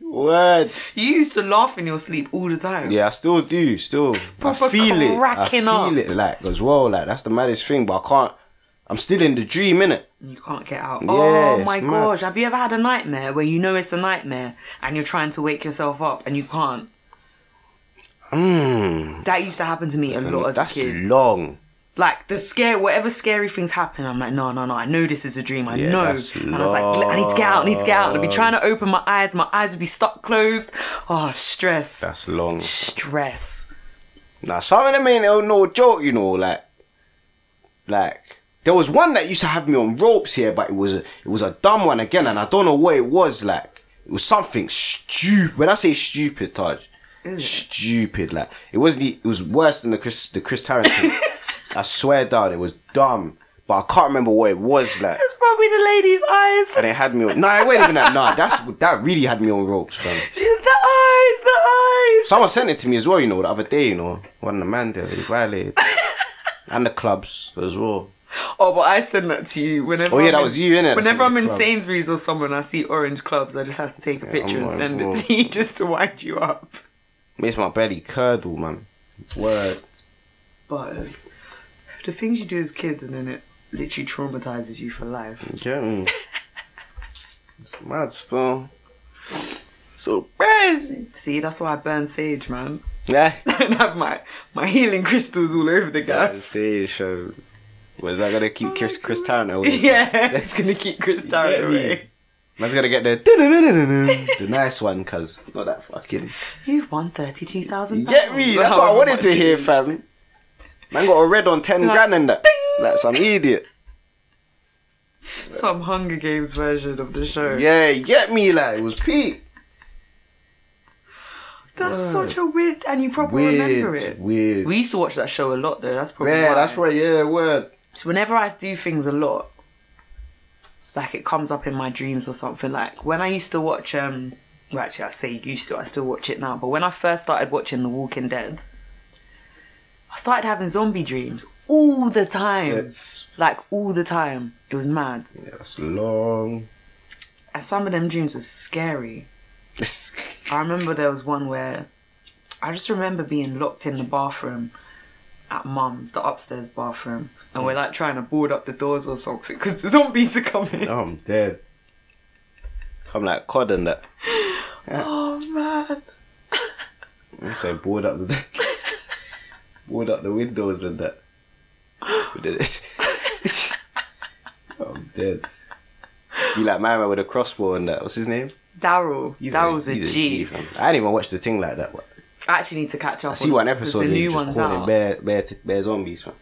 [SPEAKER 2] Word.
[SPEAKER 1] You used to laugh in your sleep all the time.
[SPEAKER 2] Yeah, I still do. Still,
[SPEAKER 1] Proper
[SPEAKER 2] I feel it. I
[SPEAKER 1] cracking
[SPEAKER 2] feel
[SPEAKER 1] up.
[SPEAKER 2] it like as well. Like that's the maddest thing. But I can't. I'm still in the dream, innit?
[SPEAKER 1] And You can't get out. oh
[SPEAKER 2] it's
[SPEAKER 1] my
[SPEAKER 2] mad.
[SPEAKER 1] gosh, have you ever had a nightmare where you know it's a nightmare and you're trying to wake yourself up and you can't?
[SPEAKER 2] Mm,
[SPEAKER 1] That used to happen to me a lot as
[SPEAKER 2] that's
[SPEAKER 1] a kid.
[SPEAKER 2] long.
[SPEAKER 1] Like the scare, whatever scary things happen, I'm like, no, no, no. I know this is a dream. I
[SPEAKER 2] Yeah,
[SPEAKER 1] know.
[SPEAKER 2] that's
[SPEAKER 1] And I was like, I need to get out. I need to get out. And I'd be trying to open my eyes. My eyes would be stuck closed. Oh, stress,
[SPEAKER 2] That's long.
[SPEAKER 1] stress.
[SPEAKER 2] Nah, some of them ain't no- no joke, you know. Like, like there was one that used to have me on ropes here, but it was a, it was a dumb one again, and I don't know what it was. Like, it was something stupid. When I say stupid, Taj, stupid. Like, it wasn't. the- It was worse than the Chris the Chris Tarrant. I swear down, it was dumb, but I can't remember what it was. Like,
[SPEAKER 1] It's probably the lady's eyes.
[SPEAKER 2] and it had me on. Nah, it wasn't even that. Nah, that's that really had me on ropes, fam.
[SPEAKER 1] She's the eyes, the eyes.
[SPEAKER 2] Someone sent it to me as well, you know, the other day, you know. One of the man there, he violated. and the clubs as well.
[SPEAKER 1] Oh, but I send that to you whenever.
[SPEAKER 2] Oh, yeah,
[SPEAKER 1] I'm
[SPEAKER 2] that
[SPEAKER 1] in-
[SPEAKER 2] was you, innit?
[SPEAKER 1] Whenever
[SPEAKER 2] Sending
[SPEAKER 1] I'm in
[SPEAKER 2] clubs.
[SPEAKER 1] Sainsbury's or somewhere and I see orange clubs, I just have to take a picture
[SPEAKER 2] I'm
[SPEAKER 1] and
[SPEAKER 2] like,
[SPEAKER 1] send
[SPEAKER 2] whoa.
[SPEAKER 1] it to you just to wind you up.
[SPEAKER 2] Makes my belly curdle, man. Word.
[SPEAKER 1] But it's- the things you do as kids and then it literally traumatizes you for life.
[SPEAKER 2] You get me? It's mad still. So crazy.
[SPEAKER 1] See, that's why I burn sage, man,
[SPEAKER 2] Yeah.
[SPEAKER 1] and have my my healing crystals all over the
[SPEAKER 2] I
[SPEAKER 1] gas.
[SPEAKER 2] see, so. Was that gonna keep Chris, Chris Tarrant away?
[SPEAKER 1] Yeah, it's gonna keep Chris
[SPEAKER 2] get
[SPEAKER 1] Tarrant
[SPEAKER 2] me?
[SPEAKER 1] away.
[SPEAKER 2] Man's gonna get the the nice one, cuz. Not that fucking.
[SPEAKER 1] You've won thirty-two thousand.
[SPEAKER 2] You get me? That's what I wanted to hear, fam. Man got a red on 10 grand and that. Like some idiot.
[SPEAKER 1] Some Hunger Games version of the show.
[SPEAKER 2] Yeah, you get me, like it was Pete.
[SPEAKER 1] That's such a weird, and you probably remember it.
[SPEAKER 2] weird.
[SPEAKER 1] We used to watch that show a lot, though. That's probably
[SPEAKER 2] yeah,
[SPEAKER 1] why.
[SPEAKER 2] that's probably yeah, word.
[SPEAKER 1] So whenever I do things a lot, like it comes up in my dreams or something. Like when I used to watch, um, well, actually, I say used to. I still watch it now. But when I first started watching The Walking Dead, I started having zombie dreams all the time.
[SPEAKER 2] That's
[SPEAKER 1] Like all the time, it was mad.
[SPEAKER 2] yeah, that's long.
[SPEAKER 1] And some of them dreams were scary. I remember there was one where I just remember being locked in the bathroom at mum's, the upstairs bathroom, and we're like trying to board up the doors or something because the zombies are coming.
[SPEAKER 2] oh, I'm dead. Come like cod and that.
[SPEAKER 1] Oh man.
[SPEAKER 2] So board up the board up the windows and that. We did it. I'm dead. You like my man with a crossbow and that. What's his name?
[SPEAKER 1] Daryl.
[SPEAKER 2] He's
[SPEAKER 1] Daryl's a
[SPEAKER 2] he's
[SPEAKER 1] G.
[SPEAKER 2] fam. I didn't even watch the thing like that. But
[SPEAKER 1] I actually need to catch up.
[SPEAKER 2] I see one
[SPEAKER 1] it 'cause
[SPEAKER 2] episode
[SPEAKER 1] The
[SPEAKER 2] and he
[SPEAKER 1] new
[SPEAKER 2] was
[SPEAKER 1] one's
[SPEAKER 2] just calling
[SPEAKER 1] out.
[SPEAKER 2] bear, bear, bear zombies. Man.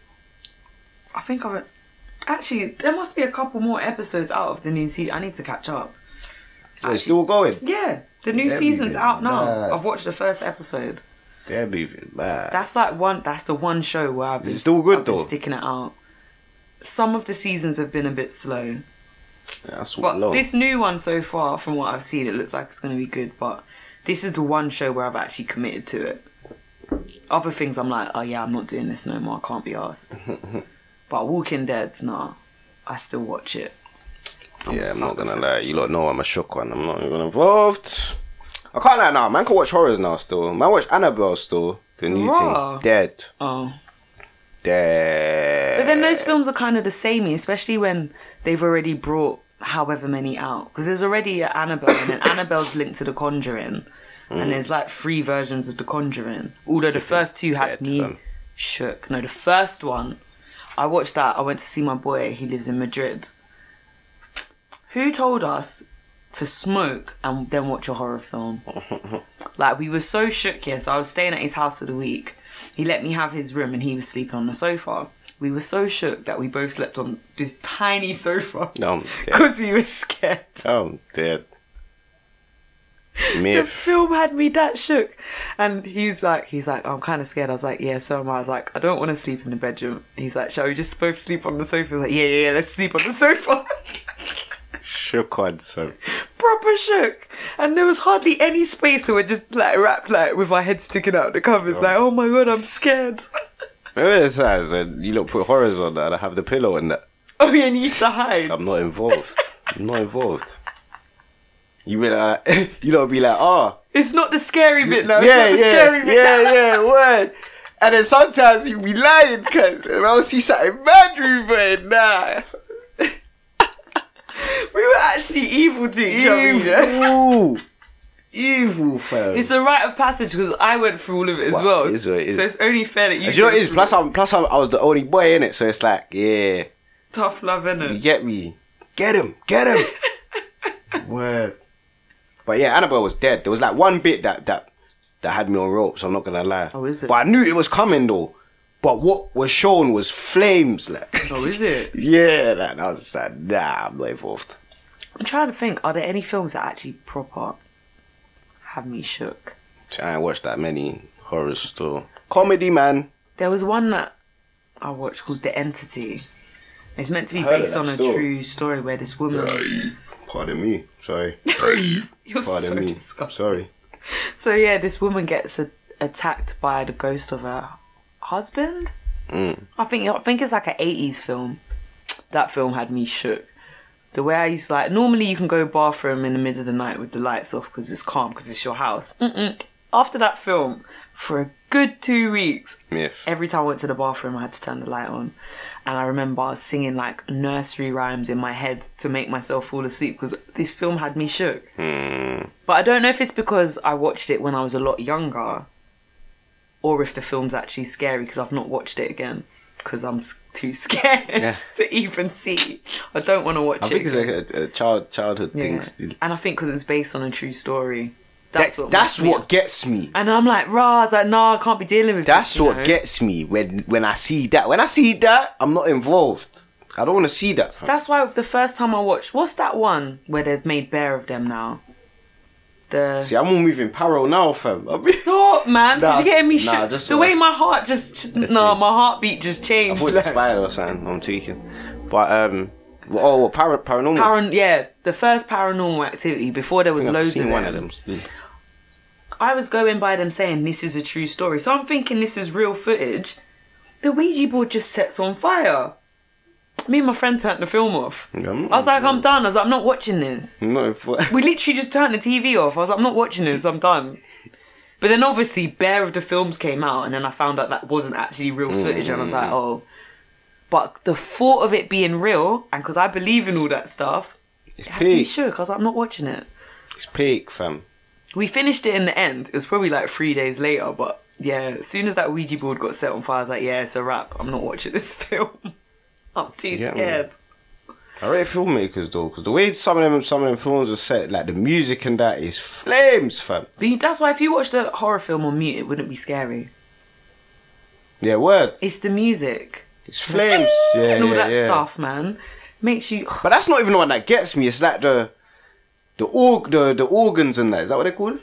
[SPEAKER 1] I think I've. Actually, there must be a couple more episodes out of the new season. I need to catch up.
[SPEAKER 2] So it's still going.
[SPEAKER 1] Yeah, the new
[SPEAKER 2] They're
[SPEAKER 1] season's
[SPEAKER 2] moving
[SPEAKER 1] out now.
[SPEAKER 2] mad.
[SPEAKER 1] I've watched the first episode.
[SPEAKER 2] They're moving mad.
[SPEAKER 1] That's like one. That's the one show where I've been
[SPEAKER 2] it still good,
[SPEAKER 1] I've been
[SPEAKER 2] though?
[SPEAKER 1] sticking it out. Some of the seasons have been a bit slow,
[SPEAKER 2] That's
[SPEAKER 1] but
[SPEAKER 2] what long.
[SPEAKER 1] this new one so far, from what I've seen, it looks like it's going to be good. But this is the one show where I've actually committed to it. Other things, I'm like, oh yeah, I'm not doing this no more. I can't be asked. but Walking Dead, nah, I still watch it. I'm
[SPEAKER 2] yeah,
[SPEAKER 1] a
[SPEAKER 2] I'm not
[SPEAKER 1] sucker
[SPEAKER 2] gonna
[SPEAKER 1] for
[SPEAKER 2] lie. You lot know I'm a shook one. I'm not even involved. I can't lie now. Man can watch horrors now still. Man watch Annabelle still. The new
[SPEAKER 1] Raw.
[SPEAKER 2] thing. Dead.
[SPEAKER 1] Oh,
[SPEAKER 2] Dead.
[SPEAKER 1] but then those films are kind of the samey, especially when they've already brought however many out. Because there's already an Annabelle, and then Annabelle's linked to The Conjuring, and there's like three versions of The Conjuring. Although the first two had
[SPEAKER 2] dead
[SPEAKER 1] me
[SPEAKER 2] film.
[SPEAKER 1] shook. No, the first one, I watched that. I went to see my boy. He lives in Madrid. Who told us to smoke and then watch a horror film? Like we were so shook here. So I was staying at his house for the week. He let me have his room and he was sleeping on the sofa. We were so shook that we both slept on this tiny sofa
[SPEAKER 2] No, I'm dead.
[SPEAKER 1] because we were scared.
[SPEAKER 2] I'm dead.
[SPEAKER 1] The
[SPEAKER 2] Myth.
[SPEAKER 1] film had me that shook, and he's like, he's like, I'm kind of scared. I was like, yeah, so am I. I was like, I don't want to sleep in the bedroom. He's like, shall we just both sleep on the sofa? He's like, yeah, yeah, yeah let's sleep on the sofa.
[SPEAKER 2] Shook one. So
[SPEAKER 1] Proper shook, and there was hardly any space, so we're just like wrapped like with our heads sticking out the covers, like, oh my god, I'm scared.
[SPEAKER 2] remember this times when you lot put horrors on that and I have the pillow and that.
[SPEAKER 1] Oh, yeah, and you used to hide.
[SPEAKER 2] I'm not involved. I'm not involved. You be like, you lot be like, oh.
[SPEAKER 1] It's not the scary bit now. It's
[SPEAKER 2] yeah,
[SPEAKER 1] not the
[SPEAKER 2] yeah,
[SPEAKER 1] scary bit.
[SPEAKER 2] yeah, yeah, word. And then sometimes you be lying, cause and I'll see something bad but nah.
[SPEAKER 1] We were actually evil to each other. you know?
[SPEAKER 2] Evil. evil, fam.
[SPEAKER 1] It's a rite of passage because I went through all of it as
[SPEAKER 2] Well,
[SPEAKER 1] well.
[SPEAKER 2] it is what it is.
[SPEAKER 1] So it's only fair that you.
[SPEAKER 2] Do you know what
[SPEAKER 1] go
[SPEAKER 2] it is?
[SPEAKER 1] through
[SPEAKER 2] Plus, I'm, plus I'm, I was the only boy in it, so it's like, yeah,
[SPEAKER 1] tough love,
[SPEAKER 2] you
[SPEAKER 1] innit?
[SPEAKER 2] get me, get him, get him. Word. But yeah, Annabelle was dead. There was like one bit that that that had me on ropes. I'm not gonna lie.
[SPEAKER 1] Oh, is it?
[SPEAKER 2] But I knew it was coming though. But what was shown was flames, like.
[SPEAKER 1] Oh, is it?
[SPEAKER 2] yeah, like, and I was just like, nah, I'm not involved.
[SPEAKER 1] I'm trying to think. Are there any films that actually proper have me shook?
[SPEAKER 2] I ain't watched that many horror still. Comedy, man.
[SPEAKER 1] There was one that I watched called The Entity. It's meant to be
[SPEAKER 2] heard of
[SPEAKER 1] based
[SPEAKER 2] that
[SPEAKER 1] on a
[SPEAKER 2] story.
[SPEAKER 1] true story where this woman.
[SPEAKER 2] Pardon me. Sorry.
[SPEAKER 1] You're
[SPEAKER 2] Pardon
[SPEAKER 1] so
[SPEAKER 2] me.
[SPEAKER 1] disgusting.
[SPEAKER 2] Sorry.
[SPEAKER 1] So yeah, this woman gets a- attacked by the ghost of her husband.
[SPEAKER 2] Mm.
[SPEAKER 1] I think I think it's like an eighties film. That film had me shook. The way I used to like normally you can go bathroom in the middle of the night with the lights off because it's calm because it's your house. Mm-mm. After that film, for a good two weeks,
[SPEAKER 2] Myth.
[SPEAKER 1] every time I went to the bathroom, I had to turn the light on. And I remember I was singing like nursery rhymes in my head to make myself fall asleep because this film had me shook.
[SPEAKER 2] Hmm.
[SPEAKER 1] But I don't know if it's because I watched it when I was a lot younger or if the film's actually scary because I've not watched it again because I'm s- too scared to even see. I don't want to watch
[SPEAKER 2] I
[SPEAKER 1] it.
[SPEAKER 2] think it's
[SPEAKER 1] again.
[SPEAKER 2] like a, a child childhood thing
[SPEAKER 1] Yeah.
[SPEAKER 2] still.
[SPEAKER 1] And I think because it's based on a true story. That's
[SPEAKER 2] That's
[SPEAKER 1] what
[SPEAKER 2] what, that's
[SPEAKER 1] messed me
[SPEAKER 2] what
[SPEAKER 1] up.
[SPEAKER 2] gets me.
[SPEAKER 1] And I'm like, rah, I was like, nah, I can't be dealing with
[SPEAKER 2] That's
[SPEAKER 1] this. you
[SPEAKER 2] what
[SPEAKER 1] know?
[SPEAKER 2] gets me when when I see that. When I see that, I'm not involved. I don't want to see that. fam.
[SPEAKER 1] That's why the first time I watched, what's that one where they've made bear of them now? The
[SPEAKER 2] See, I'm all moving parallel now, fam. I mean,
[SPEAKER 1] stop, man.
[SPEAKER 2] Nah,
[SPEAKER 1] Did you get me?
[SPEAKER 2] nah,
[SPEAKER 1] shook?
[SPEAKER 2] just
[SPEAKER 1] the
[SPEAKER 2] so-
[SPEAKER 1] way my heart just, no, nah, my heartbeat just
[SPEAKER 2] I
[SPEAKER 1] changed.
[SPEAKER 2] was
[SPEAKER 1] like-
[SPEAKER 2] inspired or something. I'm tweaking, but um, well, oh, well, para- paranormal.
[SPEAKER 1] Paran- yeah, the first paranormal activity before there
[SPEAKER 2] I
[SPEAKER 1] was
[SPEAKER 2] think I've
[SPEAKER 1] loads
[SPEAKER 2] seen
[SPEAKER 1] of
[SPEAKER 2] one
[SPEAKER 1] them.
[SPEAKER 2] of them.
[SPEAKER 1] I was going by them saying this is a true story, so I'm thinking this is real footage. The Ouija board just sets on fire. Me and my friend turned the film off.
[SPEAKER 2] Yeah,
[SPEAKER 1] I
[SPEAKER 2] I'm not-
[SPEAKER 1] was like, I'm done. I was like, I'm not watching this.
[SPEAKER 2] I'm not involved.
[SPEAKER 1] We literally just turned the TV off. I was like, I'm not watching this, I'm done. But then obviously Bear of the Films came out and then I found out that wasn't actually real
[SPEAKER 2] Mm,
[SPEAKER 1] footage and I was like, oh. But the thought of it being real, and because I believe in all that stuff,
[SPEAKER 2] It's
[SPEAKER 1] it had me
[SPEAKER 2] peak.
[SPEAKER 1] shook. I was like, I'm not watching it.
[SPEAKER 2] It's peak, fam.
[SPEAKER 1] We finished it in the end. It was probably like three days later, but yeah, as soon as that Ouija board got set on fire, I was like, yeah, it's a wrap. I'm not watching this film. I'm too
[SPEAKER 2] Yeah, man.
[SPEAKER 1] scared.
[SPEAKER 2] I rate filmmakers though, because the way some of them some of them films are set, like the music and that is flames, fam.
[SPEAKER 1] But you- that's why if you watched a horror film on mute, it wouldn't be scary.
[SPEAKER 2] Yeah, word.
[SPEAKER 1] It's the music.
[SPEAKER 2] It's flames. Yeah,
[SPEAKER 1] and all
[SPEAKER 2] yeah,
[SPEAKER 1] that
[SPEAKER 2] yeah.
[SPEAKER 1] stuff, man. Makes you.
[SPEAKER 2] But that's not even the one that gets me. It's like the the org the, the organs in that. Is that what they call it?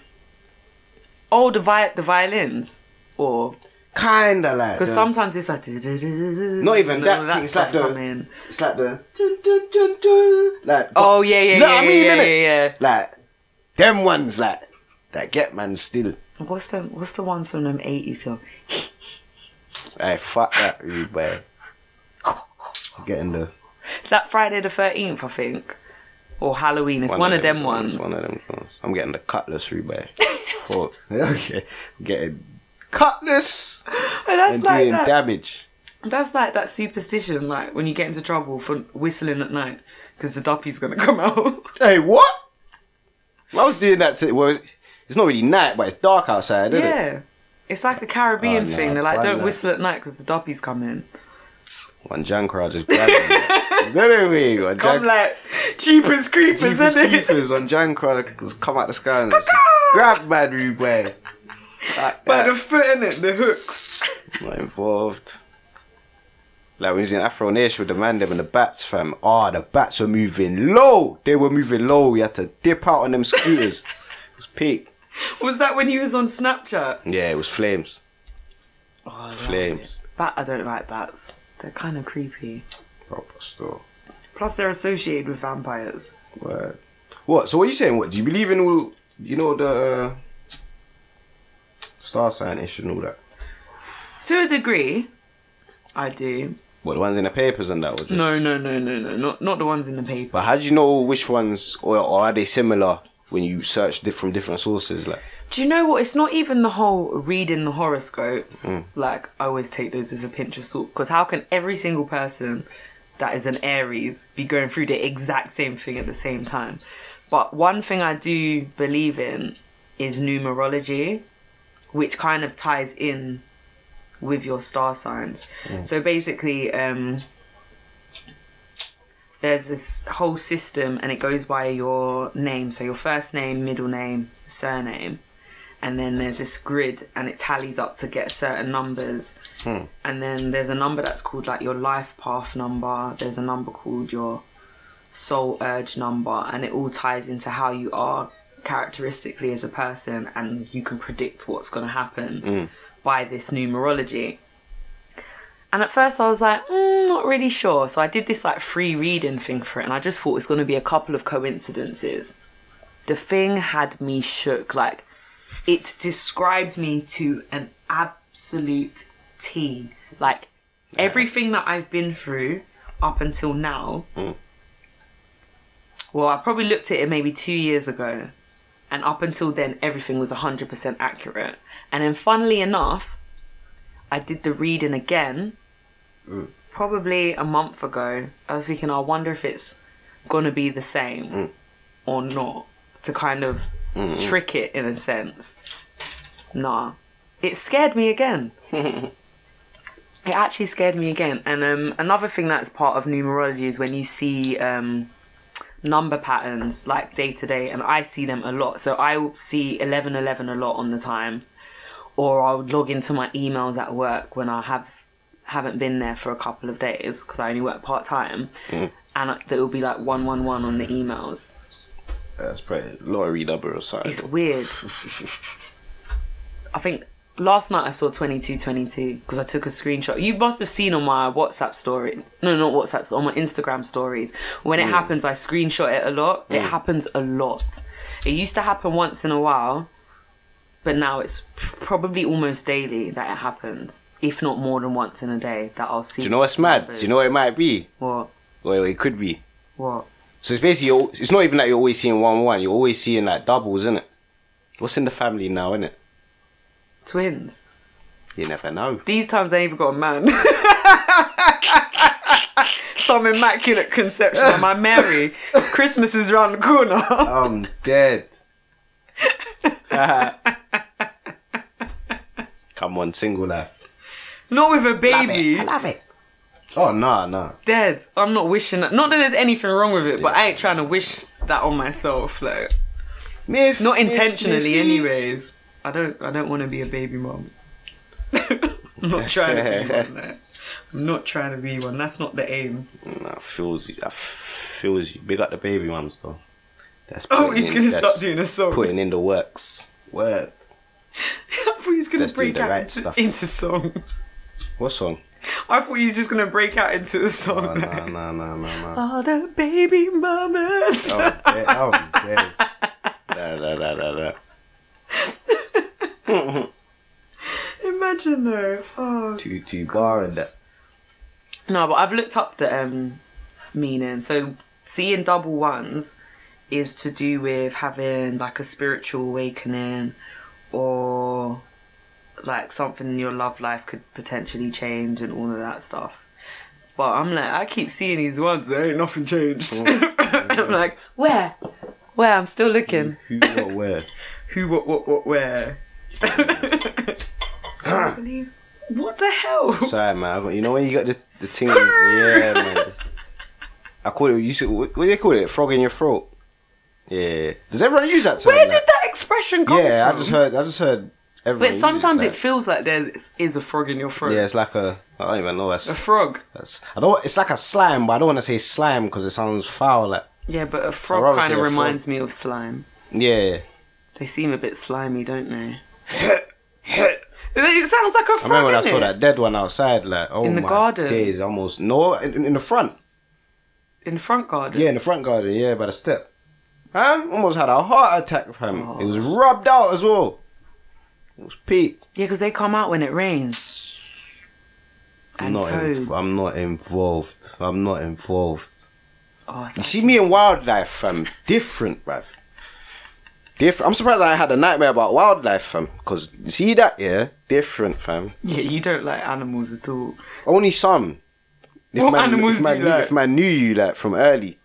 [SPEAKER 1] Oh, the, vi- the violins. Or.
[SPEAKER 2] Kinda like
[SPEAKER 1] Because
[SPEAKER 2] the-
[SPEAKER 1] sometimes it's like.
[SPEAKER 2] not
[SPEAKER 1] Not
[SPEAKER 2] even that. thing, it's like the it's like the dun, dun, dun, dun, like
[SPEAKER 1] Oh, yeah, yeah,
[SPEAKER 2] You know
[SPEAKER 1] yeah.
[SPEAKER 2] what I mean,
[SPEAKER 1] yeah,
[SPEAKER 2] innit?
[SPEAKER 1] yeah, yeah.
[SPEAKER 2] Like them ones like that get man still.
[SPEAKER 1] What's the, what's the ones from them 80s? So.
[SPEAKER 2] Hey, fuck that, you boy. Getting the
[SPEAKER 1] It's that Friday the 13th, I think. Or Halloween. It's one, of them
[SPEAKER 2] films,
[SPEAKER 1] ones.
[SPEAKER 2] One of them ones. I'm getting the cutlass rebate. Fuck. Okay. I'm getting cutlass
[SPEAKER 1] But that's
[SPEAKER 2] and
[SPEAKER 1] like
[SPEAKER 2] doing
[SPEAKER 1] that.
[SPEAKER 2] damage.
[SPEAKER 1] That's like that superstition, like when you get into trouble for whistling at night because the duppy's going to come out.
[SPEAKER 2] Hey, what? I was doing that to. Well, it's, it's not really night, but it's dark outside, isn't it?
[SPEAKER 1] yeah. It's like a Caribbean
[SPEAKER 2] Oh, no,
[SPEAKER 1] thing. They're like,
[SPEAKER 2] why
[SPEAKER 1] don't
[SPEAKER 2] not?
[SPEAKER 1] whistle at night because the duppy's coming.
[SPEAKER 2] One Jan crowd just grabbed me. Look at me. One
[SPEAKER 1] I'm
[SPEAKER 2] Jan
[SPEAKER 1] like, cheapest creepers,
[SPEAKER 2] Jeepers
[SPEAKER 1] isn't it?
[SPEAKER 2] Creepers. One Jan crowd just come out the sky and just grab man, Rubey. Like
[SPEAKER 1] By the
[SPEAKER 2] that.
[SPEAKER 1] foot in it, the hooks.
[SPEAKER 2] Not involved. Like when he was in Afro Nation with the man them and the bats, fam. Ah, the bats were moving low. They were moving low. You had to dip out on them scooters. it was peak.
[SPEAKER 1] Was that when you was on Snapchat?
[SPEAKER 2] Yeah, it was flames.
[SPEAKER 1] Oh, I love
[SPEAKER 2] Flames.
[SPEAKER 1] it. Bat, I don't like bats. They're kind of creepy.
[SPEAKER 2] Proper store.
[SPEAKER 1] Plus, they're associated with vampires.
[SPEAKER 2] Word. What? So what you saying? What do you believe in? All you know the uh, star sign issue and all that.
[SPEAKER 1] To a degree, I do.
[SPEAKER 2] What the ones in the papers and that? Or just...
[SPEAKER 1] No, no, no, no, no, not not the ones in the paper.
[SPEAKER 2] But how do you know which ones, or, or are they similar when you search diff- from different sources? Like,
[SPEAKER 1] Do you know what? It's not even the whole reading the horoscopes. Like I always take those with a pinch of salt because how can every single person that is an Aries be going through the exact same thing at the same time? But one thing I do believe in is numerology, which kind of ties in with your star signs. So basically, um, there's this whole system and it goes by your name. So your first name, middle name, surname. And then there's this grid and it tallies up to get certain numbers. And then there's a number that's called like your life path number. There's a number called your soul urge number. And it all ties into how you are characteristically as a person and you can predict what's going to happen by this numerology. And at first I was like, mm, not really sure. So I did this like free reading thing for it and I just thought it's going to be a couple of coincidences. The thing had me shook. Like, it described me to an absolute T. Like, everything that I've been through up until now. Well, I probably looked at it maybe two years ago. And up until then, everything was 100% accurate. And then, funnily enough, I did the reading again probably a month ago. I was thinking, I wonder if it's gonna be the same or not to kind of trick it in a sense. Nah, it scared me again. it actually scared me again. And um, another thing that's part of numerology is when you see um, number patterns like day to day, and I see them a lot. So I see eleven eleven a lot on the time or I'll log into my emails at work when I have haven't been there for a couple of days because I only work part time, and it will be like one one one on the emails.
[SPEAKER 2] That's probably lottery number or something.
[SPEAKER 1] It's weird. I think last night I saw twenty two twenty two because I took a screenshot. You must have seen on my WhatsApp story. No, not WhatsApp. story, On my Instagram stories. When it happens, I screenshot it a lot. It happens a lot. It used to happen once in a while. but now it's p- probably almost daily that it happens, if not more than once in a day that I'll see.
[SPEAKER 2] Do you know what's mad? Do you know what it might be?
[SPEAKER 1] what?
[SPEAKER 2] Or it could be.
[SPEAKER 1] What?
[SPEAKER 2] So it's basically you're, it's not even that you're always seeing one one. You're always seeing like doubles, isn't it? What's in the family now, isn't it?
[SPEAKER 1] Twins.
[SPEAKER 2] You never know.
[SPEAKER 1] These times I ain't even got a man. Some immaculate conception. Am I Mary? Christmas is round the corner.
[SPEAKER 2] I'm dead. Come on, single life.
[SPEAKER 1] not with a baby.
[SPEAKER 2] love it. Oh nah, nah.
[SPEAKER 1] Dead. I'm not wishing that. Not that there's anything wrong with it, but I ain't trying to wish that on myself. Like,
[SPEAKER 2] Myth,
[SPEAKER 1] not
[SPEAKER 2] myth,
[SPEAKER 1] intentionally,
[SPEAKER 2] myth.
[SPEAKER 1] anyways. I don't. I don't want to be a baby mom. I'm not trying to be one. like. I'm not trying to be one. That's not the aim.
[SPEAKER 2] Nah, feels you. I feels you. Big up the baby mums though. That's
[SPEAKER 1] Oh,
[SPEAKER 2] putting
[SPEAKER 1] he's
[SPEAKER 2] in-
[SPEAKER 1] gonna
[SPEAKER 2] that's
[SPEAKER 1] start doing a song.
[SPEAKER 2] putting in the works. Word.
[SPEAKER 1] I thought he was gonna
[SPEAKER 2] Let's do
[SPEAKER 1] break
[SPEAKER 2] the
[SPEAKER 1] out
[SPEAKER 2] right
[SPEAKER 1] into,
[SPEAKER 2] stuff.
[SPEAKER 1] into song.
[SPEAKER 2] What song?
[SPEAKER 1] I thought he was just gonna break out into a song.
[SPEAKER 2] Oh,
[SPEAKER 1] like,
[SPEAKER 2] nah, nah, nah, nah, nah.
[SPEAKER 1] All the baby mamas.
[SPEAKER 2] I'm dead. I'm dead. Nah, nah, nah, nah, nah.
[SPEAKER 1] Imagine though. Oh.
[SPEAKER 2] Two, two bar and that.
[SPEAKER 1] No, but I've looked up the um, meaning. So seeing double ones is to do with having like a spiritual awakening or like something in your love life could potentially change and all of that stuff. But I'm like, I keep seeing these ones, there ain't nothing changed. I'm like, where? Where? I'm still looking.
[SPEAKER 2] Who, what, where?
[SPEAKER 1] Who, what, what, what, where? Can't believe- what the hell?
[SPEAKER 2] Sorry, man. I got, you know when you got the, the thing? yeah, man. I call it, you should, what, what do they call it? Frog in your throat. Yeah. Does everyone use that term?
[SPEAKER 1] Where
[SPEAKER 2] like?
[SPEAKER 1] did that expression come from?
[SPEAKER 2] yeah, I just heard, I just heard everyone
[SPEAKER 1] But
[SPEAKER 2] use
[SPEAKER 1] sometimes
[SPEAKER 2] like-
[SPEAKER 1] it feels like there is a frog in your throat.
[SPEAKER 2] Yeah, it's like a, I don't even know.
[SPEAKER 1] A
[SPEAKER 2] That's,
[SPEAKER 1] frog.
[SPEAKER 2] that's, I don't, it's like a slime, but I don't want to say slime because it sounds foul. Like,
[SPEAKER 1] Yeah, but a
[SPEAKER 2] I'd
[SPEAKER 1] frog
[SPEAKER 2] rather
[SPEAKER 1] kind
[SPEAKER 2] say a
[SPEAKER 1] of
[SPEAKER 2] frog.
[SPEAKER 1] reminds me of slime.
[SPEAKER 2] yeah.
[SPEAKER 1] They seem a bit slimy, don't they? it sounds like a frog.
[SPEAKER 2] I remember when I
[SPEAKER 1] innit?
[SPEAKER 2] saw that dead one outside, like, oh
[SPEAKER 1] In the
[SPEAKER 2] my
[SPEAKER 1] garden?
[SPEAKER 2] days, almost. No, in, in the front.
[SPEAKER 1] in front garden.
[SPEAKER 2] Yeah, in the front garden, yeah, by the step. Fam, almost had a heart attack, fam. It was
[SPEAKER 1] Oh.
[SPEAKER 2] rubbed out as well. It was peak.
[SPEAKER 1] Yeah, because they come out when it rains.
[SPEAKER 2] I'm
[SPEAKER 1] And
[SPEAKER 2] not, inv-
[SPEAKER 1] toads.
[SPEAKER 2] I'm not involved. I'm not involved.
[SPEAKER 1] Oh, it's
[SPEAKER 2] You see me in wildlife, fam. Different, bruv. Different. I'm surprised I had a nightmare about wildlife, fam. Because you see that, yeah? Different, fam.
[SPEAKER 1] yeah, you don't like animals at all.
[SPEAKER 2] Only some. If
[SPEAKER 1] What
[SPEAKER 2] man,
[SPEAKER 1] animals
[SPEAKER 2] if man,
[SPEAKER 1] do you
[SPEAKER 2] knew-
[SPEAKER 1] like?
[SPEAKER 2] If man knew you, like, from early.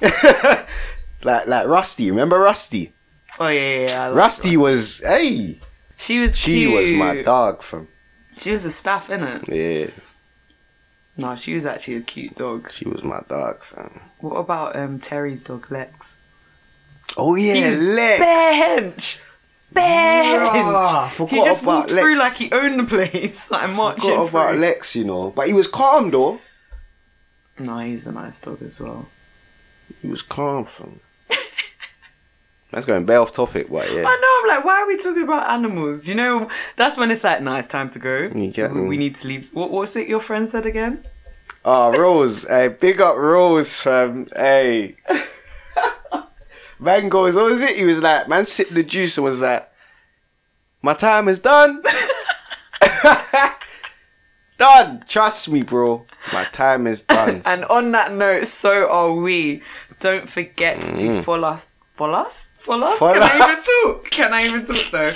[SPEAKER 2] like, like Rusty. Remember Rusty?
[SPEAKER 1] Oh yeah, yeah. yeah, I like
[SPEAKER 2] Rusty was hey,
[SPEAKER 1] She was
[SPEAKER 2] she
[SPEAKER 1] cute.
[SPEAKER 2] was my dog from
[SPEAKER 1] She was a staff innit?
[SPEAKER 2] yeah,
[SPEAKER 1] No, she was actually a cute dog.
[SPEAKER 2] she was my dog from.
[SPEAKER 1] What about um Terry's dog Lex?
[SPEAKER 2] Oh yeah,
[SPEAKER 1] was
[SPEAKER 2] Lex.
[SPEAKER 1] Bear hench. Bear
[SPEAKER 2] Yeah, I
[SPEAKER 1] hench. He just
[SPEAKER 2] forgot
[SPEAKER 1] walked
[SPEAKER 2] about
[SPEAKER 1] through like
[SPEAKER 2] Lex.
[SPEAKER 1] he owned the place. Like marching
[SPEAKER 2] Forgot about
[SPEAKER 1] through.
[SPEAKER 2] Lex, you know, but he was calm though.
[SPEAKER 1] No, he's a nice dog as well.
[SPEAKER 2] He was calm from. That's going bare off topic, but
[SPEAKER 1] I
[SPEAKER 2] yeah.
[SPEAKER 1] know. I'm like, why are we talking about animals? You know, that's when it's like, nice time to go.
[SPEAKER 2] You get
[SPEAKER 1] we,
[SPEAKER 2] me.
[SPEAKER 1] we need to leave. What was it your friend said again?
[SPEAKER 2] Oh, Rose. hey, big up Rose, fam. Hey. man goes, what was it? He was like, man sipped the juice and was like, my time is done. done. Trust me, bro. My time is done.
[SPEAKER 1] And on that note, so are we. Don't forget to follow us. Follow us? Follow us?
[SPEAKER 2] Mm. Follow
[SPEAKER 1] Can I even
[SPEAKER 2] us.
[SPEAKER 1] talk? Can I even talk though?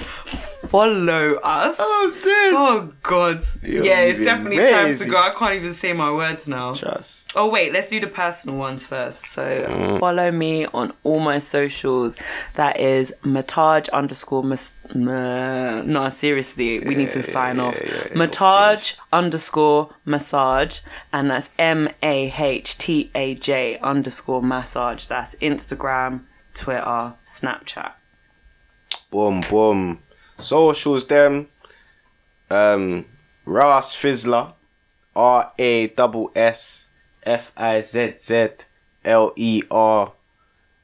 [SPEAKER 1] Follow us.
[SPEAKER 2] oh, dude.
[SPEAKER 1] Oh, God.
[SPEAKER 2] You're
[SPEAKER 1] yeah, it's
[SPEAKER 2] even
[SPEAKER 1] definitely time to
[SPEAKER 2] crazy.
[SPEAKER 1] go. I can't even say my words now.
[SPEAKER 2] Trust.
[SPEAKER 1] Oh wait, let's do the personal ones first. So
[SPEAKER 2] Mm.
[SPEAKER 1] follow me on all my socials. That is Mataj underscore mas- nah, No, seriously, we need to sign off. Mataj underscore massage, and that's M A H T A J underscore massage. That's Instagram, Twitter, Snapchat.
[SPEAKER 2] Boom, boom. Socials, them. Um, Ras Fizzler. R A double S F I Z Z L E R.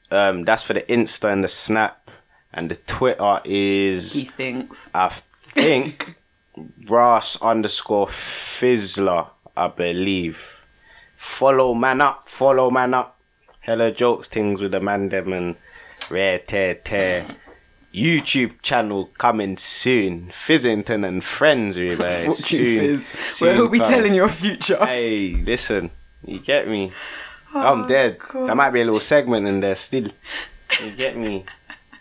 [SPEAKER 2] Um, that's for the Insta and the Snap. And the Twitter
[SPEAKER 1] He
[SPEAKER 2] is,
[SPEAKER 1] thinks.
[SPEAKER 2] I think, Ras underscore Fizzler, I believe. Follow man up, follow man up. Hella jokes, things with the man them and rare tear tear. YouTube channel coming soon. Fizzington and friends, everybody.
[SPEAKER 1] Fuck you,
[SPEAKER 2] soon,
[SPEAKER 1] Fizz. Where he'll be
[SPEAKER 2] come.
[SPEAKER 1] telling your future.
[SPEAKER 2] Hey, listen, you get me?
[SPEAKER 1] Oh,
[SPEAKER 2] I'm dead. There might be a little segment in there still. You get me?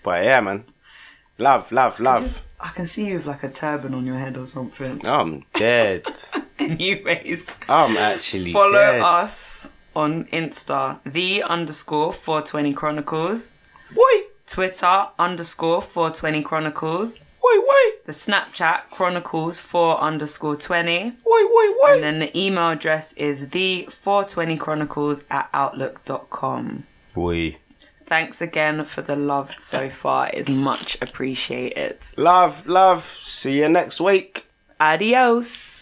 [SPEAKER 2] But yeah, man. Love, love, love.
[SPEAKER 1] I can see you with like a turban on your head or something.
[SPEAKER 2] I'm dead.
[SPEAKER 1] Anyways.
[SPEAKER 2] I'm actually
[SPEAKER 1] Follow
[SPEAKER 2] dead.
[SPEAKER 1] us on Insta, the underscore 420 Chronicles,
[SPEAKER 2] Wait,
[SPEAKER 1] Twitter underscore 420 Chronicles,
[SPEAKER 2] wait, wait,
[SPEAKER 1] the Snapchat Chronicles 4 underscore 20,
[SPEAKER 2] wait, wait,
[SPEAKER 1] and
[SPEAKER 2] wait.
[SPEAKER 1] then the email address is the 420 Chronicles at outlook.com.
[SPEAKER 2] Wait.
[SPEAKER 1] Thanks again for the love so far. It's much appreciated.
[SPEAKER 2] Love, love. See you next week.
[SPEAKER 1] Adios.